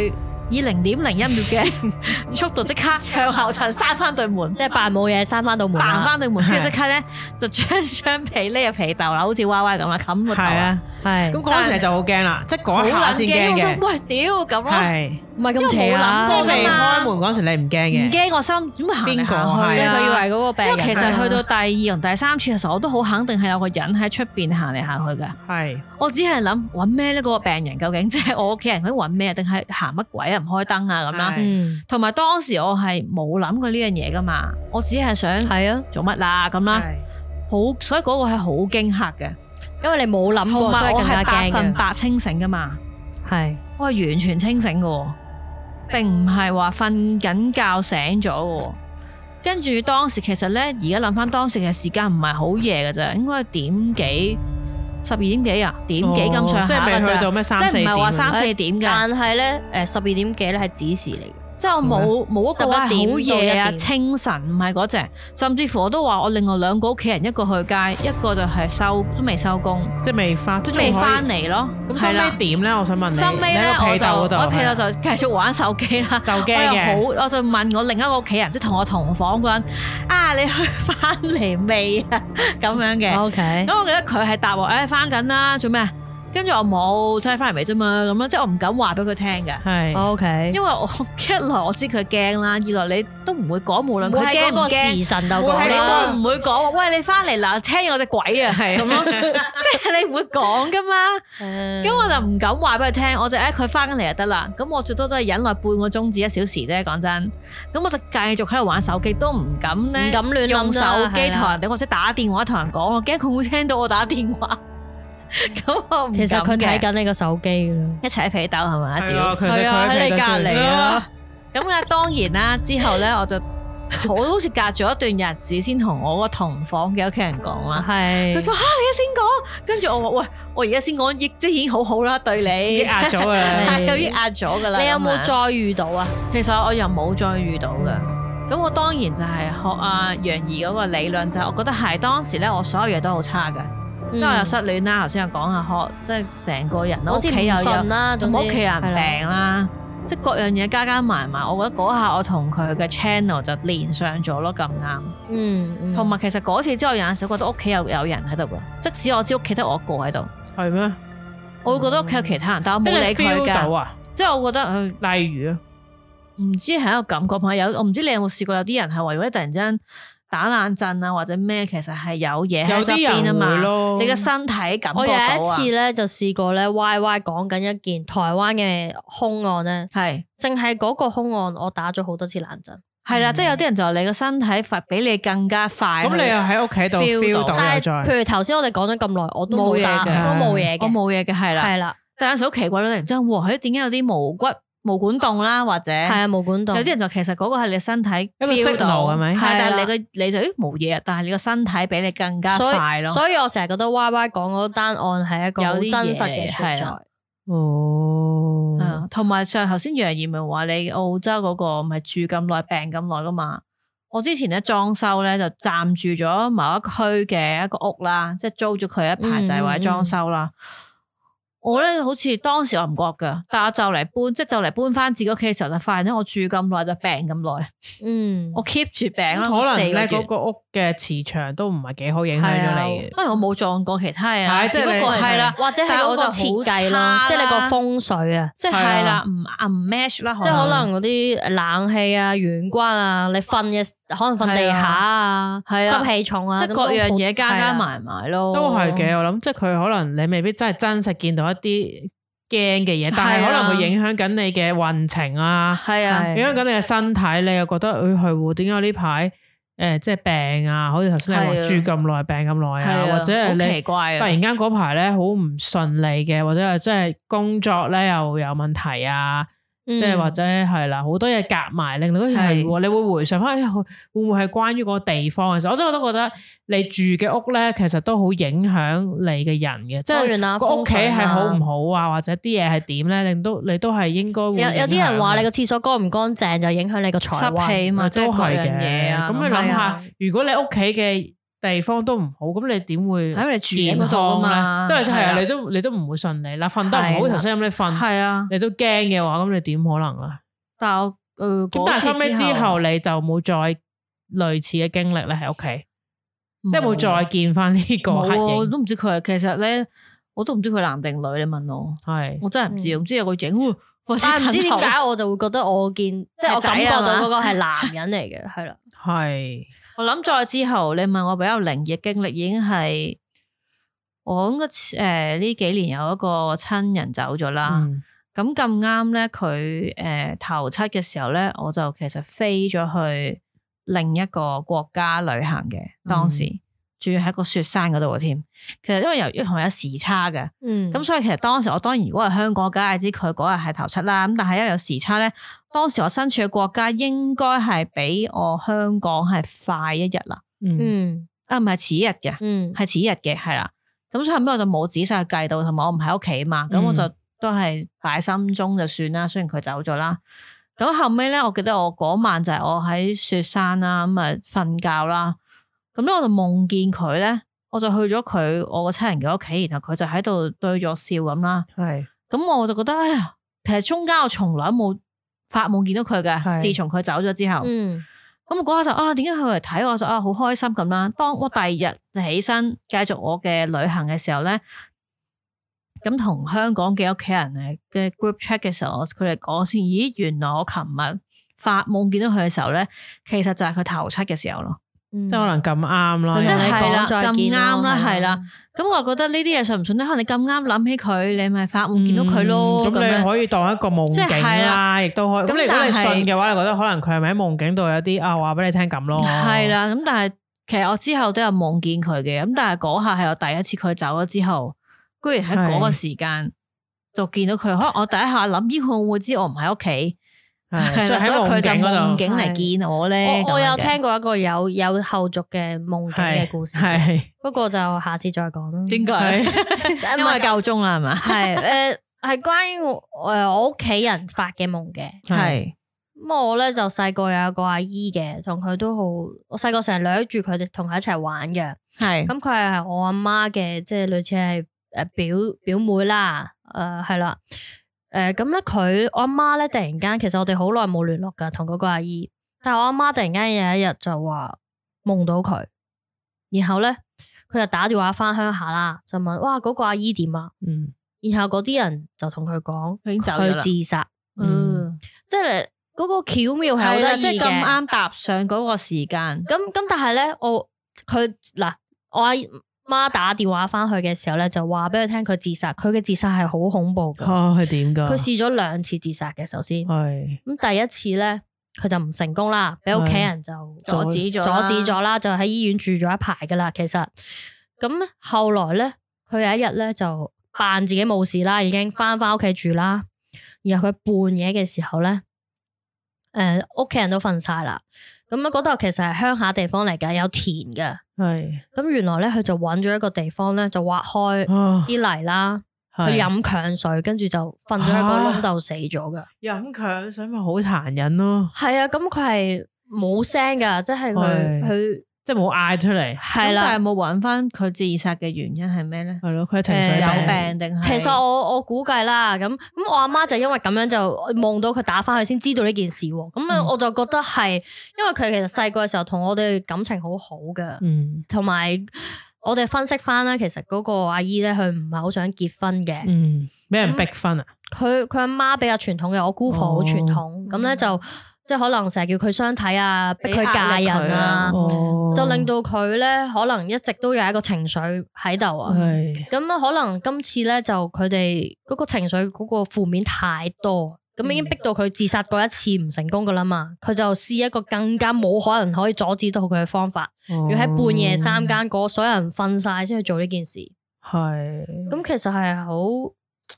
以零點零一秒嘅 (laughs) 速度即刻向後騰，閂翻對門，即係扮冇嘢，閂翻到門啊扮啦，翻對門，跟 (laughs) 住即刻咧就將張被匿入被竇啦，好似歪歪咁啦，冚個頭係啊，啊，係咁嗰陣時就好驚啦，即係好嗰一下冷先驚，我驚想嘅，喂屌咁啊咯。係唔係咁邪啊因為冇諗過即？係未㗎嘛開門嗰時你唔驚唔嘅，驚，我心點會行嚟邊個行去係即係啊啊佢以為嗰個病因人為其實去到第二同第三次嘅時候，我都好肯定係有個人喺出邊行嚟行去㗎。係我只係諗揾咩呢？嗰、個病人究竟即係我屋企人佢揾咩，定係行乜鬼啊？唔開燈啊咁啦係。嗯同埋當時我係冇諗過呢樣嘢㗎嘛，我只係想係啊，做乜啦咁啦。係好，所以嗰個係好驚嚇嘅，因為你冇諗同過，所埋以我更係加百驚分嘅，百清醒㗎嘛。係我係完全清醒嘅喎，並唔係話瞓緊覺醒咗嘅喎。跟住當時其實呢，而家諗翻當時嘅時間唔係好夜嘅啫，應該係點幾十二點幾啊，點幾咁上哦即下係嘅未去啫到咩三即四係唔點係話三嗰啲，四點㗎，但係咧，誒十二點幾咧係指示嚟嘅，即係我冇冇一個話11點好夜啊到1點清晨，唔係嗰隻，甚至乎我都話我另外兩個屋企人，一個去街，一個就係收都未收工，即係未翻，即都係未仲可以翻。嚟咯。咁收係啦尾點咧？我想問你，收尾咧你喺個我被竇就嗰度我被係竇啊就繼續玩手機啦。就驚我又嘅，好，我就問我另一個屋企人，即係同我同房嗰人，啊，你去翻嚟未啊？咁樣嘅。 OK，咁我記得佢係答我，誒翻緊啦，做咩啊？跟住我冇睇翻嚟未啫嘛，咁樣即係我唔敢話俾佢聽嘅。係 O K，因為我一來我知佢驚啦，二來你都唔會講，無論佢喺驚嗰唔個驚，時辰度會講喺你嗰啦個。都唔會講。喂，你翻嚟嗱，聽我只鬼啊， (laughs) 係咁咯，即 (laughs) 係你唔會講噶嘛。咁咁我就唔敢話俾佢聽，我就誒佢翻緊嚟就得啦。咁我最多都係忍耐半個鐘至一小時啫，講真。咁我就繼續喺度玩手機，都唔敢唔咧敢亂諗啦用啊手機係同啦人哋或者打電話同人講，我驚佢會聽到我打電 (laughs) 話。咁我唔其實敢佢嘅睇緊你個手機噶啦。一齊喺被竇係咪啊？係屌！啊，佢就係啊佢喺你佢就隔最離啊咁啊，當然啦，之後 (laughs) 咧我就我好似隔咗一段日子先同我個同房嘅屋企人講啦。係佢就話嚇 (laughs) 你而家先講，跟住我話喂，我而家先講，亦即係已經好好啦，對已你 (laughs) 經壓咗㗎啦。係有啲壓咗噶啦。你有冇咁樣？再遇到啊？其實我又冇再遇到嘅。咁我當然就係學阿楊怡嗰個理論，就係我覺得係當時咧，我所有嘢都好差嘅，即嗯係我又失戀啦，頭先又講下學，即係成個人啦，我屋知企唔又有信啦，同總之我屋企人係啦病啦，即係各樣嘢加加埋埋，我覺得嗰下我同佢嘅 channel 就連上咗咯，咁啱。嗯，嗯同埋其實嗰次之後有陣時覺得屋企有有人喺度㗎，即使我知屋企得我一個喺度，係咩？我會覺得屋企有其他人，但我即冇係理你佢 feel 到㗎。啊？即係我覺得誒例如啊，唔知係一個感覺，朋友我唔知你有冇試過有啲人係為咗突然之間打冷震啊或者咩，其實係有嘢喺有側啲邊啊人會嘛，咯。你嘅身體感我覺有到啊一次咧就試過咧，Y Y 講緊一件台灣嘅兇案咧，係。淨係嗰個兇案，我打咗好多次冷震，係啦，即係有啲人就話你個身體發比你更加快去。嗯咁你又喺屋企度 feel feel 到到但又係再。譬如頭先我哋講咗咁耐，我都冇冇嘢嘅打，都冇嘢我嘅，冇嘢嘅係啦，係啦，但有陣時好奇怪咯，突然之間，哇！佢點解有啲毛骨毛管動啦，或者係啊，冇管到，有啲人就其實嗰個係你身體個 feel 到 signal，係咪係，係啦但係你個你就咦冇嘢啊，但係你個身體比你更加所以快咯。所以我成日覺得 Y Y 講嗰單案係一個有好啲真嘢實嘅存係在啦。哦，嗯同埋上頭先楊怡咪話你澳洲嗰個咪住咁耐病咁耐噶嘛？我之前咧裝修咧就暫住咗某一區嘅一個屋啦，即係租咗佢一排就係為咗裝修啦。我咧好似當時我唔覺噶，但我就嚟搬，即係就嚟搬翻自己屋企嘅時候，就發現咧哎我住咁耐就病咁耐，嗯，我 keep 住病啦，可能四個咧月嗰個屋嘅磁場都唔係幾好，影響咗你嘅。當然我冇撞過其他人啦，係即只係不你過係啦，或者係嗰個設計咯，即係你個風水啊，即係係啦，唔唔 match 啦，即係可能嗰啲冷氣啊、玄關啊，你瞓嘅可能瞓地下啊，係啊濕氣重啊，即係各樣嘢加加係啊。埋埋咯，都係嘅，我諗即係佢可能你未必真係真實見到一啲驚嘅嘢，但係係啊可能會影響緊你嘅運程啊，係啊，影響緊你嘅身體，你又覺得誒係喎，點解我呢排誒即係病啊？好似頭先你話係啊住咁耐，病咁耐係啊，或者係好奇你怪突啊，然間嗰排咧好唔順利嘅，或者係即係工作咧又有問題啊。嗯即係或者係啦，好多嘢夾埋，令到好似係係喎你會回想翻，哎呀會唔會係關於嗰個地方嘅時候？我真係都覺得你住嘅屋咧，其實都好影響你嘅人嘅，即當係然啦個屋企風水係啦好唔好啊，或者啲嘢係點咧，令到你都係應該會有有啲人話話你個廁所乾唔乾淨就影響你個財濕運，氣嘛，即 Ờ, 都係各係樣嘢嘅。啊。咁你係諗下啊，如果你屋企嘅地方都唔好，咁你點會因為你住喺健嗰度啊康嘛咧？即係係係啊，啊你都你都唔會順利啦，瞓得唔係好，啦頭先咁你瞓，係啊，你都驚嘅話，咁你點可能啊？但係我誒咁嗰但係次收尾之後，你就冇再類似嘅經歷咧喺屋企，冇即係冇再見翻呢個冇黑啊我影，都唔知佢係其實咧，我都唔知佢男定女。你問我，係我真係唔知，嗯我唔知有個影喎， (laughs) 我但係唔知點點解我就會覺得我見即係 (laughs) 係我仔啊感覺到嘛嗰個係男人嚟嘅，係啦，係我諗再之後，你問我比較靈異嘅經歷，已經係我應該誒呢幾年有一個親人走咗啦。嗯咁咁啱咧，佢誒頭七嘅時候咧，我就其實飛咗去另一個國家旅行嘅，當時住喺個雪山嗰度嘅添。其實因為由同埋有時差嘅，嗯，咁所以其實當時我當然如果係香港，梗係知佢嗰日係頭七啦。咁但係因為有時差咧，當時我身處嘅國家應該係比我香港係快一日啦。嗯嗯啊，唔係遲一日嘅，嗯係遲一日嘅，係啦。咁所以後尾我就冇仔細去計到，同埋我唔喺屋企嘛，咁嗯我就都係擺心中就算啦。雖然佢走咗啦，咁後尾咧，我記得我嗰晚就係我喺雪山啦，咁啊瞓覺啦，咁咧我就夢見佢咧，我就去咗佢我個親人嘅屋企，然後佢就喺度對咗我笑咁啦。係咁我就覺得，哎呀，其實中間我從來冇發夢見到佢係嘅，自從佢走咗之後。嗯咁我嗰下就啊，點解佢嚟睇我就啊好開心咁啦。當我第二日起身繼續我嘅旅行嘅時候咧，咁同香港嘅屋企人咧嘅 group chat 嘅時候，佢哋講先，咦，原來我琴日發夢見到佢嘅時候咧，其實就係佢頭七嘅時候咯，即即系可能咁啱啦佢即真。同你係啦，講再咁見咯啱啦，係啊係啦。咁我覺得呢啲嘢信唔信咧？可能你咁啱諗起佢，你咪發夢見到佢咯。嗯咁咁樣你可以當一個夢即境係啦，啦亦都可以。咁咁你如果你但係信嘅話，你覺得可能佢係咪喺夢境度有啲啊話俾你聽咁咯？係，啦，咁但係其實我之後都有夢見佢嘅，咁但係嗰下係我第一次佢走咗之後，居然喺嗰個係時間就見到佢。可能我第一下諗，咦，佢會唔會知我唔喺屋企？係係所啦所以喺以佢就夢境嗰夢度境嚟見我咧。我我咁樣有嘅聽過一個有有後續嘅夢境嘅故事，係不過就下次再講啦。點解？解因為夠鐘啦，係嘛？係诶係關於我诶我屋企人發嘅夢嘅。係咁我咧就細個有個阿姨嘅，同佢都好，我細個成日掠住佢哋同佢一齊玩嘅。係咁佢係我阿媽嘅，即係類似係诶表表妹啦，诶係啦，诶咁咧佢我阿媽咧突然間，其實我哋好耐冇聯絡噶，同嗰個阿姨，但系我阿媽突然間有一日就話夢到佢，然後咧佢就打電話翻鄉下啦，就問哇嗰、個阿姨點啊，嗯然後嗰啲人就同佢講佢已經走咗佢啦。自殺，嗯，即係嗰個巧妙係好係啦，得即係意咁嘅。啱搭上嗰個時間。咁咁，但系咧，我佢嗱，我阿媽打電話翻去嘅時候咧，就話俾佢聽佢自殺，佢嘅自殺係好恐怖噶。哦，係點㗎？佢試咗兩次自殺嘅，首先係咁第一次咧，佢就唔成功啦，俾屋企人就阻止咗啦阻止咗啦，就喺醫院住咗一排噶啦。其實咁後來咧，佢有一日咧就扮自己冇事啦，已經翻翻屋企住啦。然後佢半夜嘅時候咧，誒屋企人都瞓晒啦。咁啊，嗰度其實係鄉下地方嚟㗎，有田嘅。係咁原來咧，佢就揾咗一個地方咧，就挖開啊，啲泥啦，佢係飲強水，跟住就瞓咗喺個窿度死咗噶。飲強水咪好殘忍咯，係啊，咁佢係冇聲噶，即係係佢佢即係冇嗌出嚟，係咁啦但係。冇揾翻佢自殺嘅原因係咩咧？係咯，佢係情緒誒有有病定係？其實我我估計啦，咁咁我阿媽就因為咁樣就夢到佢打翻去先知道呢件事喎。咁啊，嗯我就覺得係因為佢其實細個嘅時候同我哋感情好好噶，嗯同埋我哋分析翻啦，其實嗰個阿姨咧，佢唔係好想結婚嘅。嗯，俾人逼婚啊，佢佢阿媽比較傳統嘅，我姑婆好傳統，咁咧就即係可能成日叫佢相睇啊，逼佢嫁人啊，哦，就令到佢咧可能一直都有一個情緒喺度啊。係咁可能今次咧就佢哋嗰個情緒嗰個負面太多，咁嗯已經逼到佢自殺嗰一次唔成功噶啦嘛，佢就試一個更加冇可能可以阻止到佢嘅方法，要要喺半夜三更嗰所有人瞓晒先去做呢件事。係。咁其實係好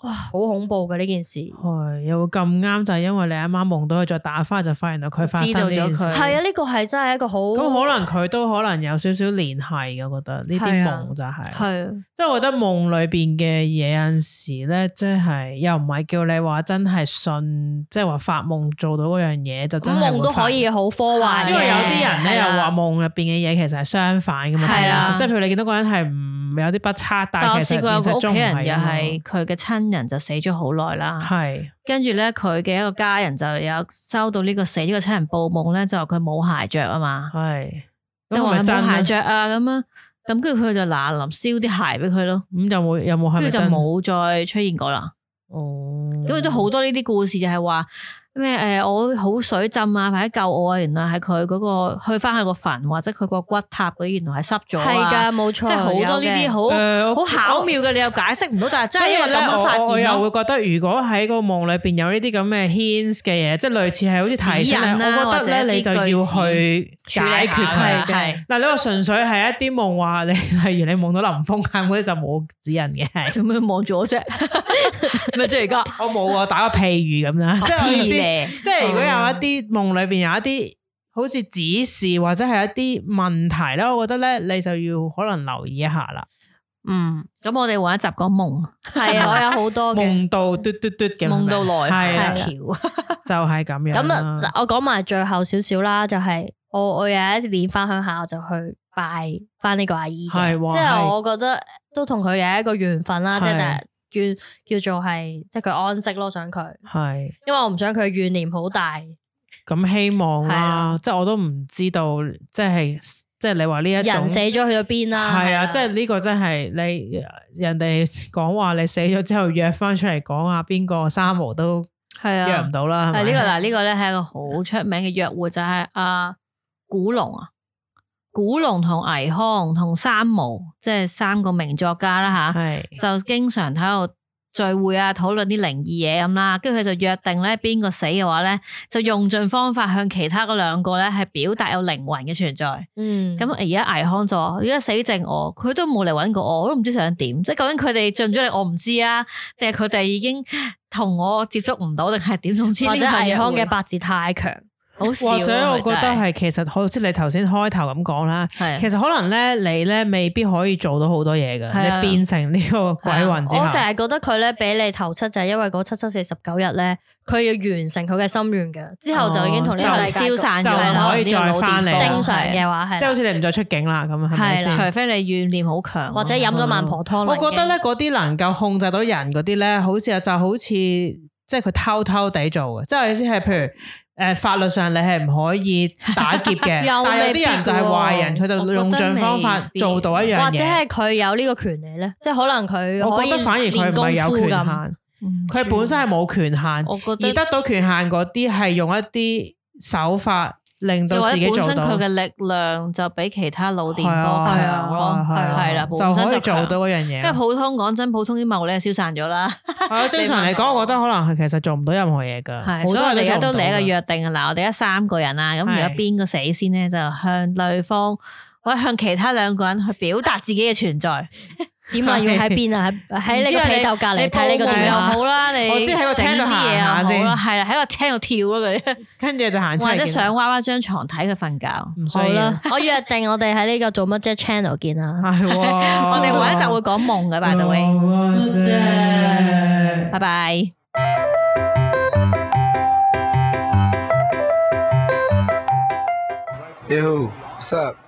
哇好恐怖嘅呢件事。係又會咁啱，就係因為你阿媽夢到佢，再打翻就發現到佢發生呢件知道咗事佢系啊，呢個係真係一個好咁可能佢都可能有少少聯繫嘅，我覺得呢啲係啊夢就係、系即係我覺得夢裏邊嘅嘢有陣時咧，即係又唔係叫你話真係信，即係話發夢做到嗰樣嘢就真係會夢都發可以好科幻嘅，因為有啲人咧係又啦話夢入邊嘅嘢其實係相反噶嘛，係啦即係譬如你見到個人係唔有啲不測，但但我係其試實過有現個實屋中企唔人係又啊嘛係佢嘅親人就死咗好耐啦，係跟住咧佢嘅一個家人就有收到呢個死咗嘅親人報夢咧，就話佢冇鞋着啊嘛，係，即係咁係話咪真冇啊鞋着啊咁啊，咁跟住佢就嗱臨燒啲鞋俾佢咯，咁有冇有冇係跟咪住就真冇再出現過啦。哦，因為都好多呢啲故事就係話咩诶，誒我好水浸啊，或者救我啊，原來係佢嗰個去翻去個墳或者佢個骨塔嗰啲原來係濕咗係啊，㗎，冇錯，即係好多呢啲有嘅好。誒好我巧妙嘅，你又解釋唔到，但係真所係以因為咁咧，樣發我我現又咯。會覺得，如果喺個夢裏邊有呢啲咁嘅 hints 嘅嘢，即係類似係好似提示指引咧，啦我覺得咧你就要去處理下解決佢啦。係嗱，你話純粹係一啲夢話，你 (laughs) 例如你夢到林峰喊嗰啲就冇指引嘅，係做咩望住我啫？咪即係而家 (laughs) 我冇啊，打個譬喻咁啦，即係我意思，咧，即哦係如果有一啲夢裏邊有一啲。好似指示或者係一啲問題咧，我覺得咧你就要可能留意一下啦。嗯，咁我哋玩一集講夢，(laughs) 係啊，我有好多嘅。夢到嘟嘟嘟嘅夢到係來啦橋，係就係咁樣啦。咁啊，嗱我講埋最後少少啦，就係我我有一年翻鄉下，我就去拜翻呢個阿姨嘅，係哇即係係我覺得都同佢有一個緣分啦，即係係叫叫做係即係佢安息咯，想佢，係。因為我唔想佢怨念好大，咁希望係啦啦，即系我都唔知道，即系即係你話呢一種人死咗去咗邊啦？係係啊，即係呢個真係你人哋講話你死咗之後約翻出嚟講啊，邊個三毛都系啊，約唔到啦，係係呢個咪？嗱，呢個咧係一個好出名嘅約會，就係阿古龍啊，古龍同倪匡同三毛，即係三個名作家啦吓，係就經常喺度聚會啊，討論啲靈異嘢咁啦，跟住佢就約定咧，邊個死嘅話咧，就用盡方法向其他嗰兩個咧係表達有靈魂嘅存在。嗯，咁而家倪匡就話而家死剩我，佢都冇嚟揾過我，我都唔知想點。即係究竟佢哋盡咗力，我唔知啊，定係佢哋已經同我接觸唔到，定係點？總之呢或者個倪約匡會嘅八字太強，好少啊，或者我佢覺得真係係其實好似你頭先開頭咁講啦，係其實可能咧你咧未必可以做到好多嘢係嘅，啊你變成呢個鬼魂之後啊我，成日覺得佢咧俾你頭七就係因為嗰七七四十九日咧，佢要完成佢嘅心願嘅，之後就已經同呢就個世界消散咗哦就啦，唔可以呢個再腦返電嚟波正常嘅話係即係啦好似你唔再出境啦咁，係咪係啦先？除非你怨念好強，或者飲咗孟婆湯啦我已經。覺得咧，嗰啲能夠控制到人嗰啲咧，好似啊就好似即係佢偷偷地做嘅，即係我意思係譬如。誒、法律上你係唔可以打劫嘅，又但係有啲人就係壞人，未必喎佢就用盡方我覺法得未必做到一樣嘢。或者係佢有呢個權利咧，即係可能佢我可覺以得反而佢練唔係有功夫權限，咁。嗯佢本身係冇權限，我覺而得得到權限嗰啲係用一啲手法令又到或自者己本做身到佢。嘅力量就比其他腦電係波啊係強啊咯，係啊係啦，本就身可以就做強到嗰樣因為嘢。普通講真，普通啲謀咧消散咗啦，係啊，正常嚟講，我覺得可能係其實做唔到任何嘢㗎。係，好所以多我哋人而家都做唔嚟一到個㗎約定啊！嗱，我哋而家三個人啦，咁係而家邊個死先咧，就向對方或者向其他兩個人去表達自己嘅存在。點啊？要喺邊啊？喺喺唔知你個啊 (laughs) 被竇隔離睇你個報啊夢電又話。好啦，你我知喺個整廳度啲行嘢又下好先啦，係啦，喺個廳度跳咯佢，跟住就行出嚟或見者到上娃娃張床睇佢瞓覺。唔需好要啦，我約定我哋喺呢個做乜啫 channel 見啊啦。係 (laughs) 喎，我我哋下一集會講夢嘅，by the way，拜拜。 Hey, who? What's up?